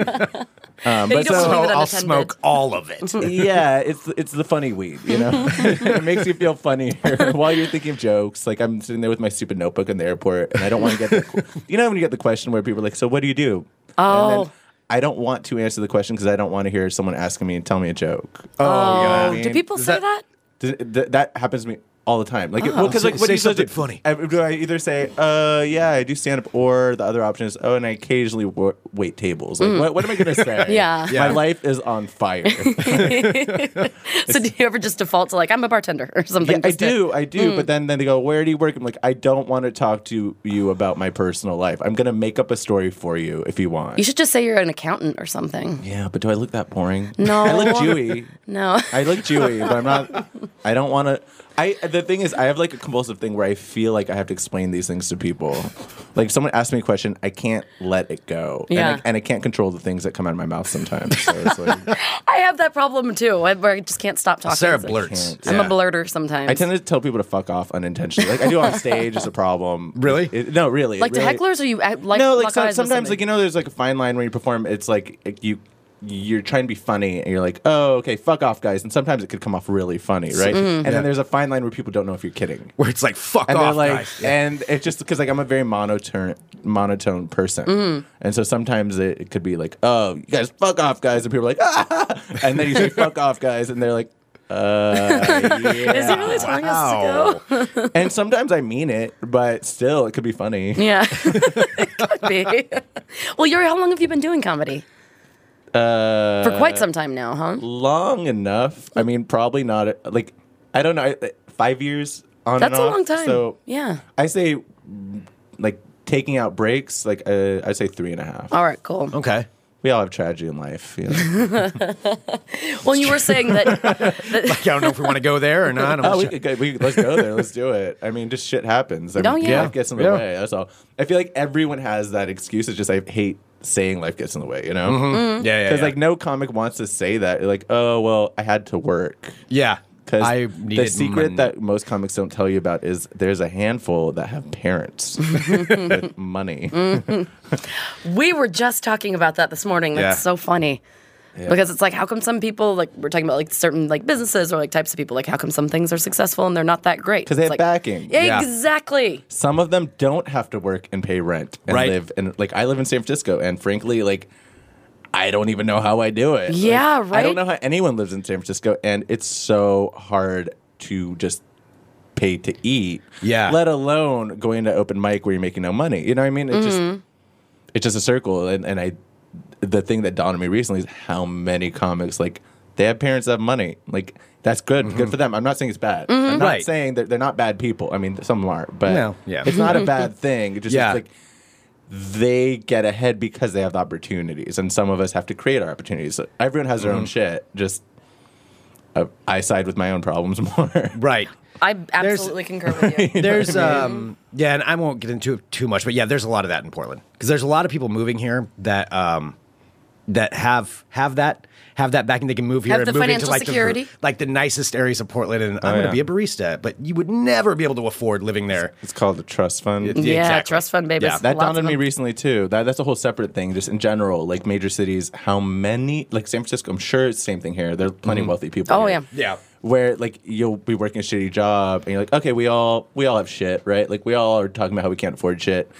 um, you but don't wanna leave so, it I'll unattended. Mm-hmm. smoke all of it. yeah, it's it's the funny weed, you know. [LAUGHS] it makes you feel funnier [LAUGHS] while you're thinking of jokes. Like I'm sitting there with my stupid [LAUGHS] notebook in the airport, and I don't want to get the, you know when you get the question where people are like, "So what do you do?" Oh. I don't want to answer the question because I don't want to hear someone asking me and tell me a joke. Oh, Oh, do people say that? Th- th- that happens to me all the time. Like, because Say- like, what say do you something do? funny. I, do I either say, uh, yeah, I do stand up, or the other option is, oh, and I occasionally wa- wait tables. Like, what, what am I gonna [LAUGHS] say? Yeah. my life is on fire. [LAUGHS] So do you ever just default to like I'm a bartender or something? Yeah, I just to- do, I do. Hmm. But then, then they go, where do you work? I'm like, I don't want to talk to you about my personal life. I'm gonna make up a story for you if you want. You should just say you're an accountant or something. yeah, but do I look that boring? No. I look [LAUGHS] Jewy. No. I look Jewy, but I'm not. I don't want to. I the thing is, I have like a compulsive thing where I feel like I have to explain these things to people. Like if someone asks me a question, I can't let it go, Yeah. and, I, and I can't control the things that come out of my mouth sometimes. So it's like, I have that problem too, I- where I just can't stop talking. Sarah It's like, blurts. I'm Yeah. a blurter sometimes. [LAUGHS] I tend to tell people to fuck off unintentionally. Like I do on stage is a problem. Really? It- no, really. like it really, to hecklers, or you act like no, like lock so- eyes with sometimes, like somebody? you know, there's like a fine line when you perform. It's like like, you you're trying to be funny, and you're like, oh, okay, fuck off, guys. And sometimes it could come off really funny, right? mm-hmm. And then there's a fine line where people don't know if you're kidding. Where it's like, fuck And they're off, like, guys. and it's just because like I'm a very monotone, monotone person, Mm-hmm. and so sometimes it, it could be like, oh, you guys, fuck off, guys, and people are like, ah, and then [LAUGHS] you say, fuck off, guys, and they're like, uh, Is he yeah. really telling us to go? and sometimes I mean it, but still, it could be [LAUGHS] funny. Yeah, It could be. well, Yuri, how long have you been doing comedy? Uh, For quite some time now, huh? long enough. I mean, probably not like I don't know, I- five years on. That's and a off. long time. So yeah. I say mm, like taking out breaks. Like uh, I say three and a half. All right, cool. [LAUGHS] okay. We all have tragedy in life. You know? Well, you were saying [LAUGHS] that. Like, I don't know if we want to go there or not. I'm oh, we sure- could go, we, let's go there. Let's do it. I mean, just shit happens. I Oh, mean, yeah. life gets in the Yeah. way. That's all. I feel like everyone has that excuse. It's just I hate saying life gets in the way. You know. yeah, yeah. Because Mm-hmm. yeah. like no comic wants to say that like oh well I had to work yeah. Because I the needed secret mon- that most comics don't tell you about is there's a handful that have parents [LAUGHS] with money. we were just talking about that this morning. That's Yeah. so funny. Because it's like, how come some people like we're talking about like certain like businesses or like types of people like how come some things are successful and they're not that great? Because they It's have like, backing. Yeah. Exactly. Some of them don't have to work and pay rent and Right. live. And like I live in San Francisco, and frankly, like I don't even know how I do it. Like, Yeah, I don't right? know how anyone lives in San Francisco, and it's so hard to just pay to eat. Yeah. Let alone going to open mic where you're making no money. You know what I mean? It's Mm-hmm. just it's just a circle. And and I the thing that dawned on me recently is how many comics like they have parents that have money. Like that's good, good for them. I'm not saying it's bad. I'm not Mm-hmm. Right. saying that they're not bad people. I mean, some are, but No, yeah. it's not Mm-hmm. a bad thing. It just Yeah. it's like they get ahead because they have the opportunities, and some of us have to create our opportunities. So everyone has their own shit. Just uh, I side with my own problems [LAUGHS] more. Right. I absolutely concur with [LAUGHS] you. There's um yeah, and I won't get into it too much, but yeah, there's a lot of that in Portland because there's a lot of people moving here that um that have have that have that backing. They can move here Have and the move into financial like security? the like the nicest areas of Portland, and I'm going Oh, yeah. to be a barista, but you would never be able to afford living there. It's called the trust fund. Yeah, exactly. trust fund babies. Yeah, That Lots dawned of on me them. recently too. That that's a whole separate thing. Just in general, like major cities, how many? Like San Francisco, I'm sure it's the same thing here. There are plenty of wealthy people. Oh, here. yeah. Yeah. Where like you'll be working a shitty job, and you're like, okay, we all we all have shit, right? Like we all are talking about how we can't afford shit,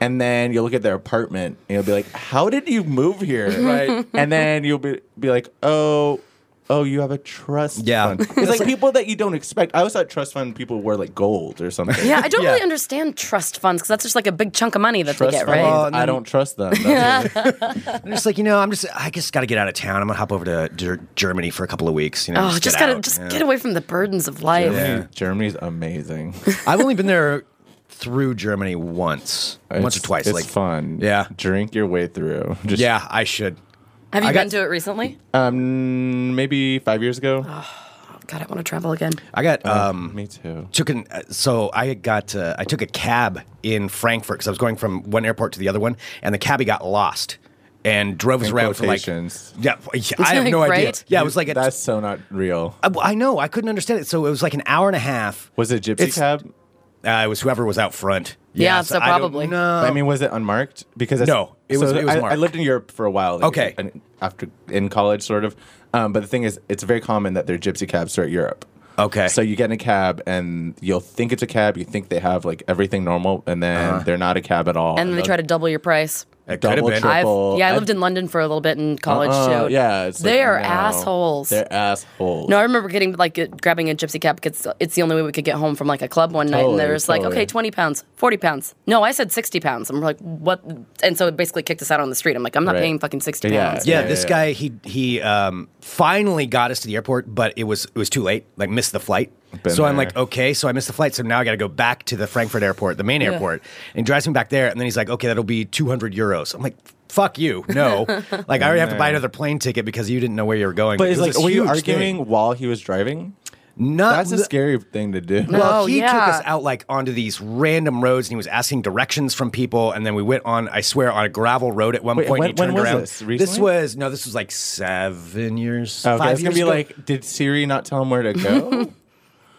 and then you'll look at their apartment, and you'll be like, how did you [LAUGHS] move here, right? and then you'll be be like, oh. Oh, you have a trust Yeah. fund. It's like people that you don't expect. I always thought trust fund people were like gold or something. Yeah, I don't Yeah. really understand trust funds because that's just like a big chunk of money that trust they get, funds, right? Well, and I then- don't [LAUGHS] trust them. That's it. I'm just like you know, I'm just I just got to get out of town. I'm gonna hop over to Ger- Germany for a couple of weeks. You know, oh, get just gotta out. just Yeah. get away from the burdens of life. Yeah. Germany's amazing. I've only been there through Germany once, [LAUGHS] once or It's- twice. It's like fun. Yeah. drink your way through. Just, Yeah, I should. Have you I been got- to it recently? um, maybe five years Oh, ago. God, I want to travel again. Oh, I got um Me too. took an uh, so I got uh, I took a cab in Frankfurt because I was going from one airport to the other one, and the cabbie got lost and drove us In around for like quotations. yeah [LAUGHS] yeah, I have no idea Right? yeah it was like a, that's so not real. I, I know I couldn't understand it so it was like an hour and a half Was it gypsy It's- cab? uh, it was whoever was out front Yeah, so probably. no I mean, was it unmarked? Because that's- um, No, it was- so it was I, I marked. lived in Europe for a while. like, Okay. in- after in college, sort of. Um, but the thing is, it's very common that their gypsy cabs throughout Europe. okay So you get in a cab and you'll think Uh-huh. it's a cab. You think they have like everything normal, and then they're not a cab at all. And then they they'll- try to double your price. It could have double, been. I've, triple. yeah, I I've- lived in London for a little bit in college Uh-uh, too. Yeah, it's they like, are no. assholes. They're assholes. no, I remember getting like a- grabbing a gypsy cab because it's the only way we could get home from like a club one night, and Totally, they're just like, totally. okay, twenty pounds, forty pounds. No, I said sixty pounds. I'm like, what? And so it basically kicked us out on the street. I'm like, I'm not Right. paying fucking sixty Yeah. pounds. Yeah, Yeah, this yeah. guy he he um, finally got us to the airport, but it was it was too late. Like missed the flight. Been so I'm there. like, okay, so I missed the flight. So now I got to go back to the Frankfurt airport, the main airport, and he drives me back there. And then he's like, okay, that'll be 200 euros. I'm like, fuck you, [LAUGHS] no. like I already have to buy another plane ticket because you didn't know where you were going. But it's It was like, this were you huge thing. arguing while he was driving? Uh, Not That's a the- scary thing to do. Well, Oh, he took yeah. us out like onto these random roads, and he was asking directions from people. And then we went on, I swear, on a gravel road at one Wait, point. when- and he when turned was around. this? Recently? was no, this was like seven years, Okay, five it's gonna years be ago. like, did Siri not tell him where to go?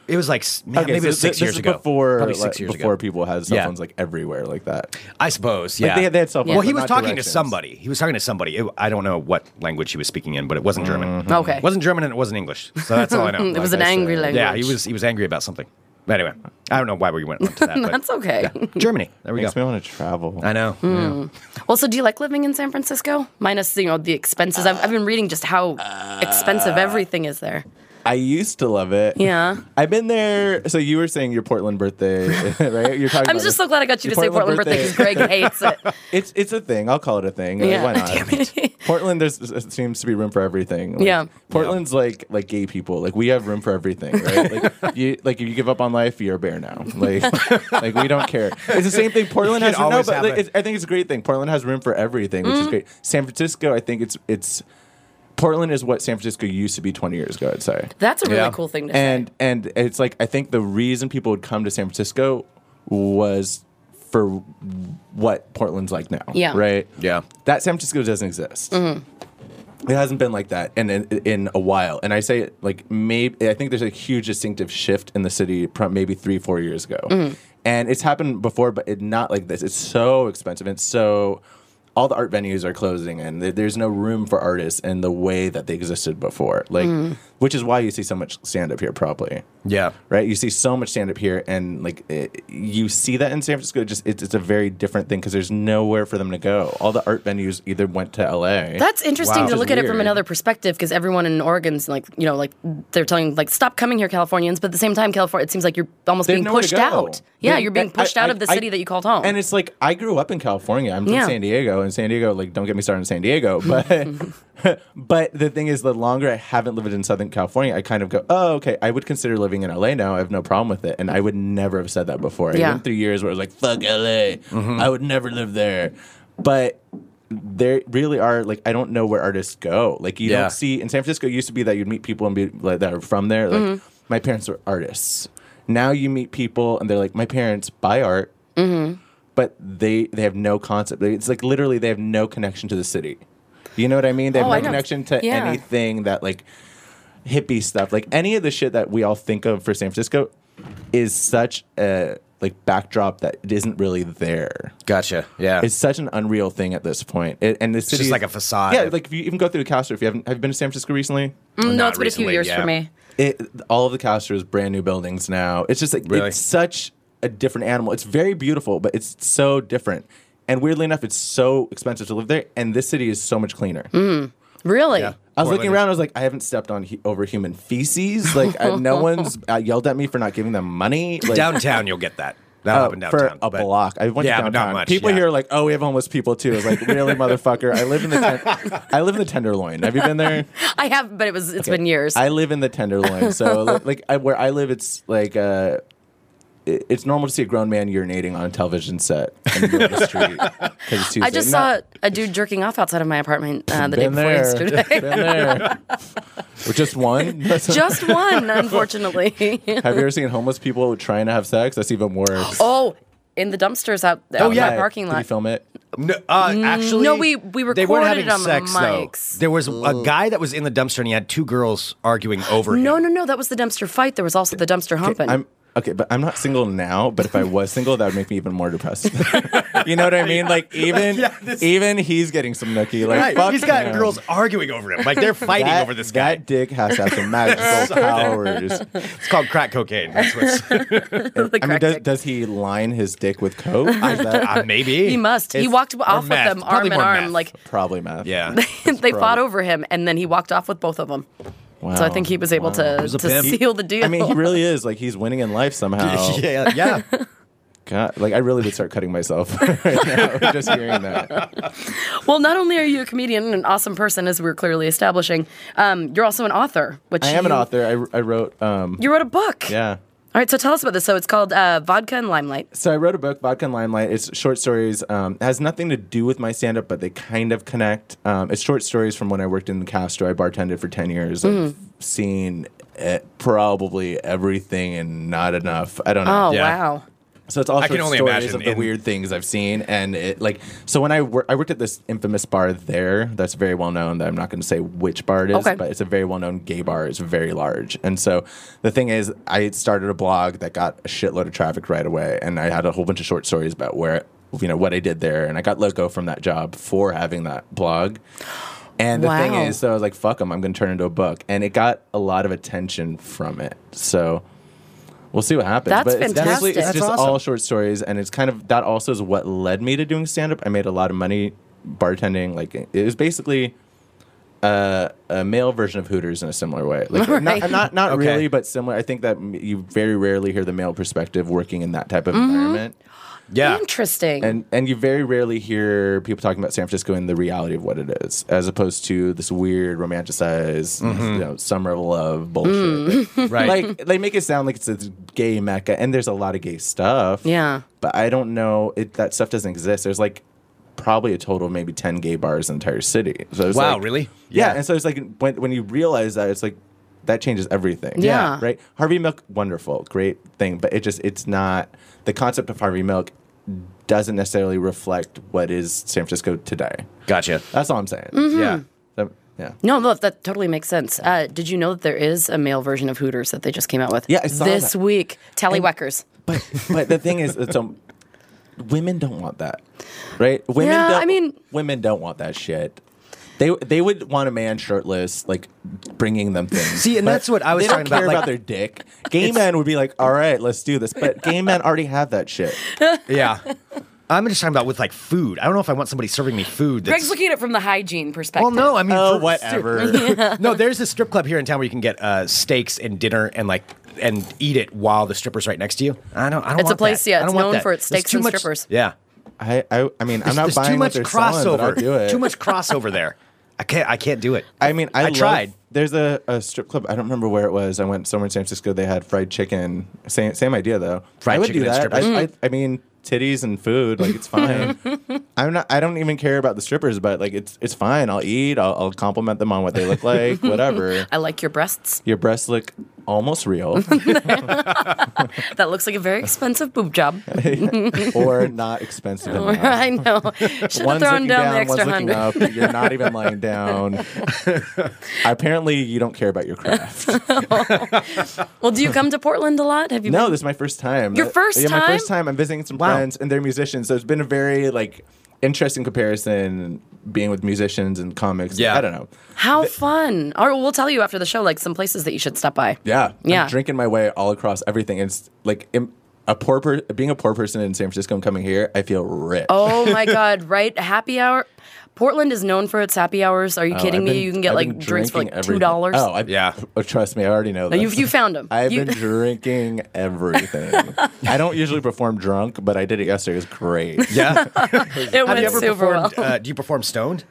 It was like s- man, Okay, maybe so it was six this years is ago. Before, Probably like, six years before ago. people had cell Yeah. phones like everywhere like that. I suppose. Yeah, they had- they had cell phones, Well, but he was not talking to directions. somebody. He was talking to somebody. It- I don't know what language he was speaking in, but it wasn't German. Okay. it wasn't German and it wasn't English. So that's all I know. [LAUGHS] it was Mm-hmm. Like an I angry said. language. yeah, he was he was angry about something. But anyway, I don't know why we went on to that. but [LAUGHS] That's okay. Mm. Germany. There we Makes me go. want to travel. I know. Yeah. Well, so do you like living in San Francisco? Minus you know the expenses. I've, I've been reading just how expensive Uh, everything is there. I used to love it. Yeah. [LAUGHS] I've been there. So you were saying your Portland birthday, right? You're talking. I'm about just it. so glad I got you Your to say Portland birthday because Greg hates it. [LAUGHS] It's it's a thing. I'll call it a thing. Like, Yeah. why [LAUGHS] not? Damn it. Portland, there's there seems to be room for everything. Like, Yeah. Portland's like like gay people. Like we have room for everything, right? [LAUGHS] like you like if you give up on life, you're a bear now. Like like we don't care. It's the same thing. Portland It has no, always but like, happens. it's- I think it's a great thing. Portland has room for everything, which is Mm. great. San Francisco, I think it's it's. Portland is what San Francisco used to be 20 years ago, I'd say That's a really Yeah. cool thing to say. and and it's like I think the reason people would come to San Francisco was for what Portland's like now. Yeah. Right. Yeah. That San Francisco doesn't exist. It hasn't been like that in, in in a while, and I say like maybe I think there's a huge distinctive shift in the city from maybe three four years ago, and it's happened before, but it not like this. It's so expensive. It's so all the art venues are closing, and there- there's no room for artists in the way that they existed before. Like, which is why you see so much stand up here, probably Yeah. right? You see so much stand up here, and like it, you see that in San Francisco. Just it's, it's a very different thing because there's nowhere for them to go. All the art venues either went to L.A. That's interesting Wow. to Which look is at it from weird. another perspective because everyone in Oregon's like, you know, like they're telling like stop coming here, Californians. But at the same time, California, it seems like you're almost They have being nowhere to pushed go. out. Yeah, They- you're being I- pushed I- out of the I- city that you called home. And it's like I grew up in California. I'm from Yeah. San Diego, and San Diego, like, don't get me started in San Diego. [LAUGHS] But [LAUGHS] but the thing is, the longer I haven't lived in Southern California, I kind of go, oh, okay. I would consider living in LA now. I have no problem with it, and I would never have said that before. Yeah. Mm-hmm. I went through years where I was like, fuck LA. I would never live there. But there really are like I don't know where artists go. Like you Yeah. don't see in San Francisco it used to be that you'd meet people and be like that are from there. Like Mm-hmm. my parents were artists. Now you meet people and they're like my parents buy art, Mm-hmm. but they they have no concept. They- It's like literally they have no connection to the city. You know what I mean? They have Oh, no I know. connection to Yeah. anything that like hippie stuff. Like any of the shit that we all think of for San Francisco is such a like backdrop that it isn't really there. Gotcha. Yeah. It's such an unreal thing at this point. It, and the city just is- like a facade. Yeah, like if you even go through the Castro, if you haven't have you been to San Francisco recently, Mm, no, Not it's been a few recently, years yeah. for me. it, all of the Castro's brand new buildings now. It's just like Really? it's such a different animal. It's very beautiful, but it's so different. And weirdly enough, it's so expensive to live there. And this city is so much cleaner. Mm. Really? I was Portland looking is- around. I was like, I haven't stepped on he- over human feces. Like, [LAUGHS] I, no one's uh, yelled at me for not giving them money. Like, downtown, you'll get [LAUGHS] that. That'll uh, happen downtown. for a but- block. I went Yeah, to but not downtown. much, people yeah. here are like, "Oh, we have homeless people too." It's like, [LAUGHS] really, motherfucker. I live in the ten- I live in the Tenderloin. Have you been there? [LAUGHS] I have, but it was it's been years. I live in the [LAUGHS] Tenderloin, so like, like I, where I live, it's like uh, it- it's normal to see a grown man urinating on a television set in the [LAUGHS] middle of the street 'cause it's I Tuesday. just Not- saw a dude jerking off outside of my apartment uh, the day been before there. yesterday. [LAUGHS] Been [LAUGHS] there. With just one. Just one, [LAUGHS] unfortunately. Have you ever seen homeless people trying to have sex? That's even worse. oh, in the dumpsters out, out in yeah. my parking Oh, Did you lot. film it? No, uh, actually, Mm, no, we- we they weren't recorded having it on the sex mics. though. There was a guy that was in the dumpster and he had two girls arguing over him. [LAUGHS] No, no, no. That was the dumpster fight. There was also the dumpster humping. I'm Okay, but I'm not single now. But if I was single, that would make me even more depressed. [LAUGHS] you know what I mean? Like even Yeah, this- even he's getting some nookie. Like Right. fuck He's got him. girls arguing over him. Like they're fighting That- over this guy. That dick has to have some [LAUGHS] magical powers. It's called crack cocaine. That's what's The I mean, crack does, dick. does he line his dick with [LAUGHS] coke? [LAUGHS] Is that- uh, maybe he must. He It's- walked or off with meth. them Probably arm in more arm. meth. Like [LAUGHS] probably meth. yeah. they fought probably- over him, and then he walked off with both of them. Wow. So I think he was able to, a to pimp. seal the deal. [LAUGHS] I mean, he really is like he's winning in life somehow. [LAUGHS] [LAUGHS] yeah, yeah. God, like I really would start cutting myself [LAUGHS] right now just [LAUGHS] hearing that. well, not only are you a comedian and an awesome person, as we were clearly establishing, um, you're also an author. Which I am an you- author. I, I wrote. Um, You wrote a book. yeah. All right, so tell us about this. So it's called uh, Vodka and Limelight. So I wrote a book, Vodka and Limelight. It's short stories. Um, it has nothing to do with my stand up, but they kind of connect. Um, it's short stories from when I worked in Castro. I bartended for 10 years. I've seen eh, probably everything and not enough. I don't know. Oh, Yeah. wow. So it's all I sorts can of only stories imagine of the in- weird things I've seen, and it like so when I wor- I worked at this infamous bar there that's very well known. That I'm not going to say which bar it is, Okay. but it's a very well known gay bar. It's very large, and so the thing is, I started a blog that got a shitload of traffic right away, and I had a whole bunch of short stories about where you know what I did there, and I got let go from that job for having that blog. And the thing Wow. is, so I was like, "Fuck them! I'm going to turn it into a book," and it got a lot of attention from it. So. We'll see what happens. That's but it's fantastic. basically- It's That's just awesome. all short stories, and it's kind of that also is what led me to doing stand up. I made a lot of money bartending. Like it was basically uh, a male version of Hooters in a similar way. [LAUGHS] Like Right. not not, not Okay. really, but similar. I think that m- you very rarely hear the male perspective working in that type of Mm-hmm. environment, Yeah. Interesting. and and you very rarely hear people talking about San Francisco and the reality of what it is, as opposed to this weird romanticized you know, summer of love bullshit. Right. Like they make it sound like it's a gay mecca, and there's a lot of gay stuff. Yeah. but I don't know. It, that stuff doesn't exist. There's like probably a total of maybe ten gay bars in the entire city. So it's Wow, like- really? Yeah. Yeah. and so it's like when when you realize that, it's like that changes everything. Yeah. Yeah. right. Harvey Milk, wonderful, great thing, but it just it's not the concept of Harvey Milk doesn't necessarily reflect what is San Francisco today. Gotcha. That's all I'm saying. Mm-hmm. Yeah. That- yeah. no, no, that totally makes sense. Uh, did you know that there is a male version of Hooters that they just came out with? Yeah, I saw This that. week, Tallywackers. But but the thing is, it's, um, women don't want that, right? Women Yeah, don't. I mean- women don't want that shit. They they would want a man shirtless, like bringing them things. See, and But that's what I was they don't talking about, care like- about their dick. Gay men would be like, "All right, let's do this," but gay men already have that shit. Yeah. [LAUGHS] I'm just talking about with like food. I don't know if I want somebody serving me food. That's, Greg's looking at it from the hygiene well, perspective. no, I mean, Oh, for- [LAUGHS] whatever. no, there's this strip club here in town where you can get uh, steaks and dinner and like and eat it while the stripper's right next to you. I don't. I don't. It's a want place, that. yeah, I don't it's want known that. for its There's steaks too and much- strippers. Yeah. I I, I mean, I'm not there's buying too much what they're selling, but I'll crossover. do it. Too much crossover there. I can't. I can't do it. I mean, I, I love- tried. There's a, a strip club. I don't remember where it was. I went somewhere in San Francisco. They had fried chicken. Same same idea though. Fried I would chicken do and that. strippers. I, I, I mean, titties and food. Like it's fine. I'm not. I don't even care about the strippers, but like it's it's fine. I'll eat. I'll, I'll compliment them on what they look like. Whatever. I like your breasts. Your breasts look almost real, [LAUGHS] That looks like a very expensive boob [LAUGHS] job. or not expensive enough. [LAUGHS] I know. Should have One's thrown down, looking down, the one's extra looking hundred. up. You're not even lying down. Apparently, you don't care about your craft. Well, do you come to Portland a lot? Have you? No, been- this is my first time. Uh, Your first yeah, my time? first time. I'm visiting some friends, and they're musicians, so it's been a very like interesting comparison being with musicians and comics. Yeah. I don't know. How fun! Or we'll tell you after the show, like some places that you should stop by. Yeah, I'm Yeah. drinking my way all across everything. It's like im- a poor per- being a poor person in San Francisco and coming here, I feel rich. Oh [LAUGHS] my God! Right, happy hour. Portland is known for its happy hours. Are you Oh, I've kidding me? been- You can get I've like been drinks for drinking like everything. two dollars. Oh, I, Yeah. Oh, trust me, I already know. you this. you found them. I've You- [LAUGHS] been drinking everything. I don't usually perform drunk, but I did it yesterday. It was [LAUGHS] great. Yeah. it Have went you ever super well. performed? Uh, do you perform stoned?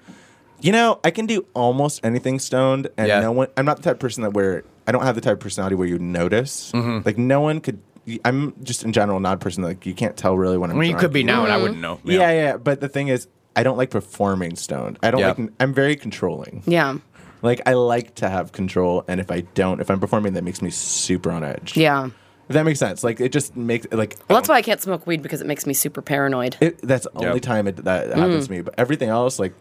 You know, I can do almost anything stoned, and Yeah. no one. I'm not the type of person that where I don't have the type of personality where you notice. Mm-hmm. Like no one could. I'm just in general not a person that like you can't tell really when I'm. I mean, you drunk. could be now, and I wouldn't know. Yeah. yeah, But the thing is, I don't like performing stoned. I don't Yeah. like. I'm very controlling. yeah, Like I like to have control, and if I don't, if I'm performing, that makes me super on edge. yeah. Well, If that makes sense. Like it just makes like. that's why I can't smoke weed because it makes me super paranoid. It, that's the Yeah. Mm. only time it, that happens to me. But everything else, like,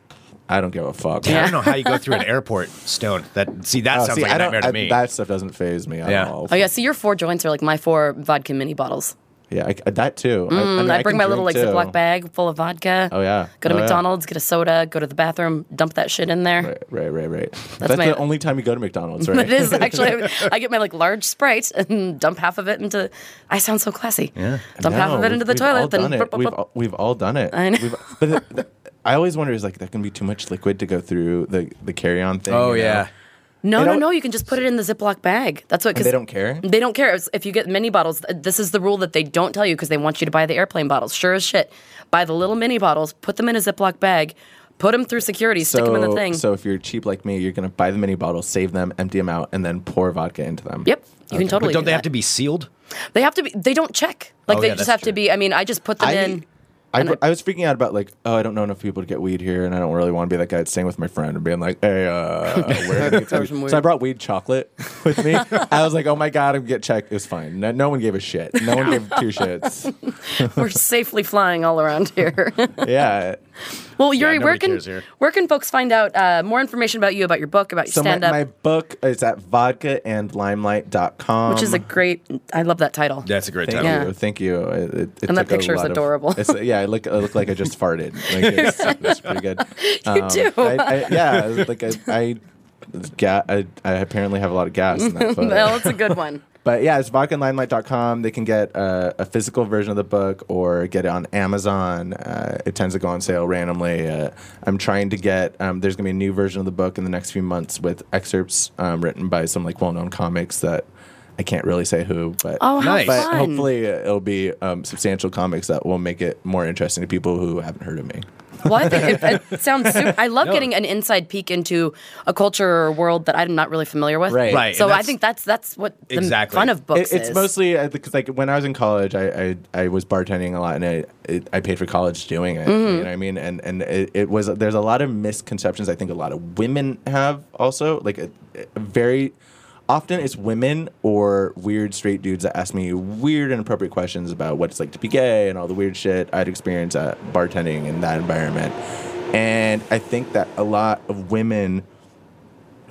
I don't give a fuck. I don't know how you go [LAUGHS] through an airport stoned. That see, that Oh, sounds see, like a I don't- nightmare to I- me. That stuff doesn't phase me at Yeah. all. Oh yeah, so your four joints are like my four vodka mini bottles. Yeah, I, I- that too. I, mean, And Mm, I, bring can my little like drink, too. Ziploc bag full of vodka. Oh, yeah. Go to Oh, yeah. McDonald's, get a soda, go to the bathroom, dump that shit in there. Right, right, right, right. That's, my- the only time you go to McDonald's, [LAUGHS] right? It is actually. [LAUGHS] I get my like large Sprite and dump half of it into. I sound so classy. Yeah. Dump half of No, it into the we've toilet. All then done it. burp, burp, we've, burp. all, we've all done it. I know. We've, but the, the, I always wonder is like that can be too much liquid to go through the the carry on thing. Oh, you know? no, they no, don't- no. You can just put it in the Ziploc bag. That's what. And they don't care. They don't care. It's- If you get mini bottles, th- this is the rule that they don't tell you because they want you to buy the airplane bottles. Sure as shit, buy the little mini bottles, put them in a Ziploc bag, put them through security, stick them in the thing. So if you're cheap like me, you're gonna buy the mini bottles, save them, empty them out, and then pour vodka into them. yep, you can totally. but don't do they that. have to be sealed? They have to be. They don't check. Like Oh, they yeah, just that's have to true. be. I mean, I just put them I, [LAUGHS] in. I, and I- I was freaking out about like, oh, I don't know enough people to get weed here, and I don't really want to be that guy that's staying with my friend and being like, hey, uh, [LAUGHS] where do I get some weed? So I brought weed chocolate with me. I was like, oh my god, I'm get checked. It was fine. No, no one gave a shit. No one gave [LAUGHS] two shits. We're safely flying all around here. [LAUGHS] Yeah. Well, Yuri, where nobody can cares here. where can folks find out uh, more information about you, about your book, about your So my, stand up, my book is at vodkaandlimelight.com. which is a great. I love that title. That's a great Thank title. Yeah. you, thank you. It, it, it And that took a picture is lot of- adorable. it's, yeah, I look, I look like I just farted. Like, it's, it's pretty good. [LAUGHS] [LAUGHS] You do. Um, I, I, yeah, [LAUGHS] I was like I, I, ga- I, I apparently have a lot of gas [LAUGHS] in that photo. Well, it's a good one. But yeah, it's vodkaandlimelight.com. They can get uh, a physical version of the book or get it on Amazon. Uh, it tends to go on sale randomly. Uh, I'm trying to get, um, there's going to be a new version of the book in the next few months with excerpts um, written by some like well known comics that I can't really say who, but. Oh, how Nice. But fun! [LAUGHS] hopefully uh, it'll be um, substantial comics that will make it more interesting to people who haven't heard of me. Well, I think it, it sounds. Super, I love getting an inside peek into a culture or a world that I'm not really familiar with. Right. Right, So and I that's- think that's that's what the Exactly. fun of books It- it's is. mostly because like when I was in college, I I, I was bartending a lot, and I it, I paid for college doing it. Mm-hmm. You know what I mean? And and it, it was there's a lot of misconceptions. I think a lot of women have also like a, a very. Often it's women or weird straight dudes that ask me weird and appropriate questions about what it's like to be gay and all the weird shit I'd experienced at bartending in that environment. And I think that a lot of women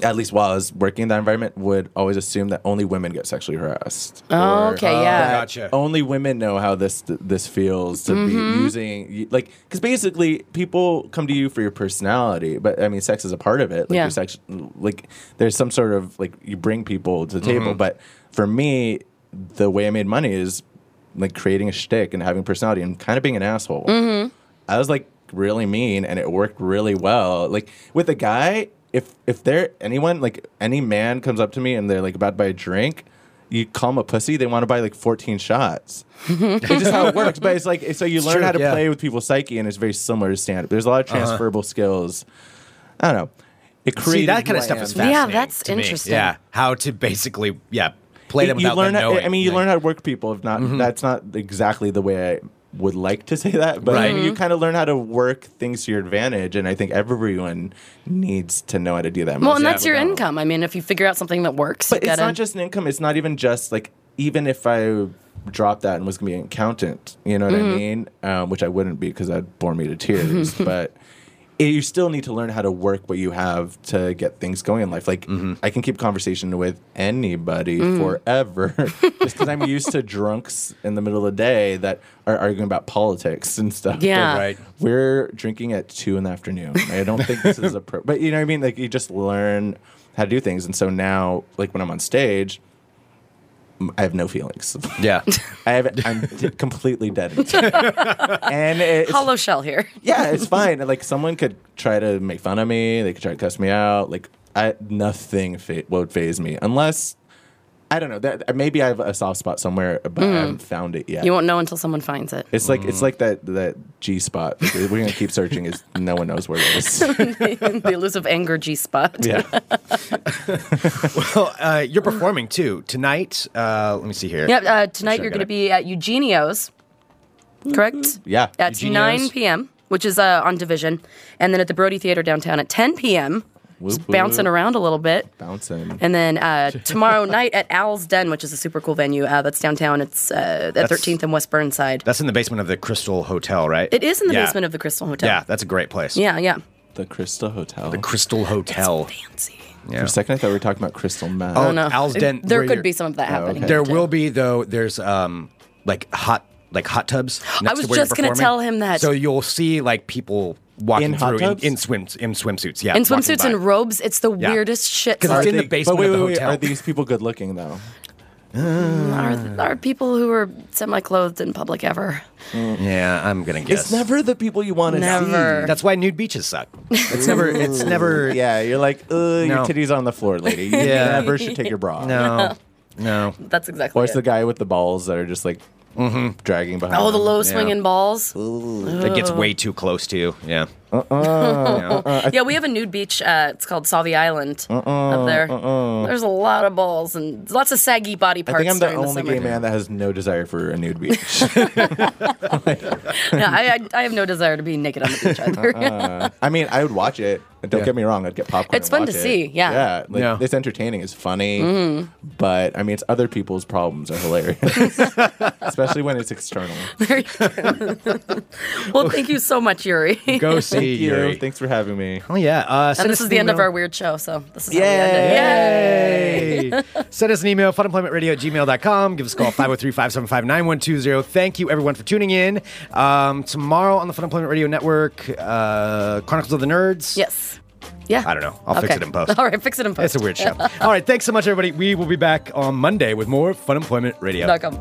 at least while I was working in that environment, would always assume that only women get sexually harassed. Oh, okay, yeah. that Gotcha. Only women know how this this feels to Mm-hmm. be using like because basically people come to you for your personality, but I mean sex is a part of it. Like Yeah. your sex, like there's some sort of like you bring people to the table, but for me, the way I made money is like creating a shtick and having personality and kind of being an asshole. Mm-hmm. I was like really mean and it worked really well. Like with a guy, if if there anyone like any man comes up to me and they're like about to buy a drink, you call them a pussy, they want to buy like [LAUGHS] 14 shots. it's just how it works. But it's like so you learn true, how to yeah. Uh-huh. play with people's psyche and it's very similar to stand up. There's a lot of transferable skills. I don't know. It created See, that kind of who I stuff am. is Yeah, fascinating. that's to me. interesting. Yeah, how to basically yeah play them you without learn them how, knowing. I mean, like- you Mm-hmm. learn how to work people. If not, that's not exactly the way I would like to say that, but I mean, you kind of learn how to work things to your advantage, and I think everyone needs to know how to do that. well, Most and that's people your don't. income. I mean, if you figure out something that works, But you it's gotta- not just an income. It's not even just like even if I dropped that and was gonna be an accountant, you know what I mean? Um, which I wouldn't be because that'd bore me to tears. but it, you still need to learn how to work what you have to get things going in life. Like I can keep conversation with anybody forever [LAUGHS] just because I'm used to drunks in the middle of the day that are arguing about politics and stuff. Yeah. Right. We're drinking at two in the afternoon. I don't think this is a pro, but you know what I mean? Like you just learn how to do things. And so now, like when I'm on stage, m- I have no feelings. [LAUGHS] [LAUGHS] yeah. [LAUGHS] I have, I'm d- completely deadened. [LAUGHS] and it's, hollow shell here. yeah, it's fine. Like someone could try to make fun of me. They could try to cuss me out. Like I, nothing fa- would phase me unless, I don't know that maybe I have a soft spot somewhere, but I haven't found it yet. Mm. You won't know until someone [LAUGHS] finds it. [LAUGHS] It's like Mm. it's like that that G spot. We're gonna keep searching. Is no one knows where [LAUGHS] it is. the elusive anger G spot. Yeah, well, uh, you're performing too tonight. Uh, let me see here. Yep. Uh, tonight you're got going to it. Mm-hmm. be at Eugenio's, correct? yeah. At Eugenio's. 9 p.m., which is uh, on Division, and then at the Brody Theater downtown at 10 p.m. Whoop, Just bouncing whoop. around a little bit. Bouncing. And [LAUGHS] then uh, tomorrow night at Owl's Den, which is a super cool venue uh, that's downtown. It's uh, at 13th and West Burnside. That's in the basement of the Crystal Hotel, right? It is in the Yeah. basement of the Crystal Hotel. Yeah, that's a great place. Yeah, yeah. the Crystal Hotel. The Crystal Hotel. Fancy. For a second, I thought we were talking about Crystal Meth. Oh, I don't know. Al's Den- there where could you're- Oh, be some of that happening. okay. There will be though. There's um like hot like hot [GASPS] tubs. next was to where you're just gonna performing. tell him that. So you'll see like people walking In hot through in, tubs? in swim in swimsuits. Yeah, In swimsuits and robes, it's the Yeah. weirdest shit. 'Cause it's Like, in the basement but wait, of the wait, wait, hotel. Are these people good looking though? are, are people who are semi-clothed in public ever? yeah, I'm gonna guess. It's never the people you want to Never. That's why nude beaches suck. It's never. It's never. see. Yeah, you're like, Ugh, No. your titties on the floor, lady. You Yeah. never should take your bra. off. No. No. That's exactly. Or it's it. the guy with the balls that are just like Mm-hmm. dragging behind. oh, the him. low swinging balls. That gets way too close to you. Yeah. Yeah, we have a nude beach. Uh, it's called Salvi Island Uh-uh. up there. There's a lot of balls and lots of saggy body I parts. think I'm the during only summer. gay man that has no desire for a [LAUGHS] nude beach. No, I, I, I have no desire to be naked on the [LAUGHS] beach either. Uh-uh. I mean, I would watch it. and Don't Yeah. get me wrong, I'd get popcorn. It's and fun to watch it. see, yeah. Mm-hmm. yeah, like, Yeah. It's entertaining. It's funny, but I mean, it's other people's problems [LAUGHS] are hilarious, especially when it's external. well, thank you so much, Yuri. [LAUGHS] Go see Thank you. Yuri. Thanks for having me. Oh yeah. Uh, [LAUGHS] And this is the end of our weird show, so this is how we end it. Yay! Send us an email, funemploymentradio at gmail.com. Give us a call, 503 575 9120. Thank you, everyone, for tuning in. Um, tomorrow on the Fun Employment Radio Network, uh, Chronicles of the Nerds. Yes. Yeah. I don't know. I'll fix it Okay. in post. [LAUGHS] All right, fix it in post. It's a weird show. All right. Thanks so much, everybody. We will be back on Monday with more Fun Employment Radio. Dot com.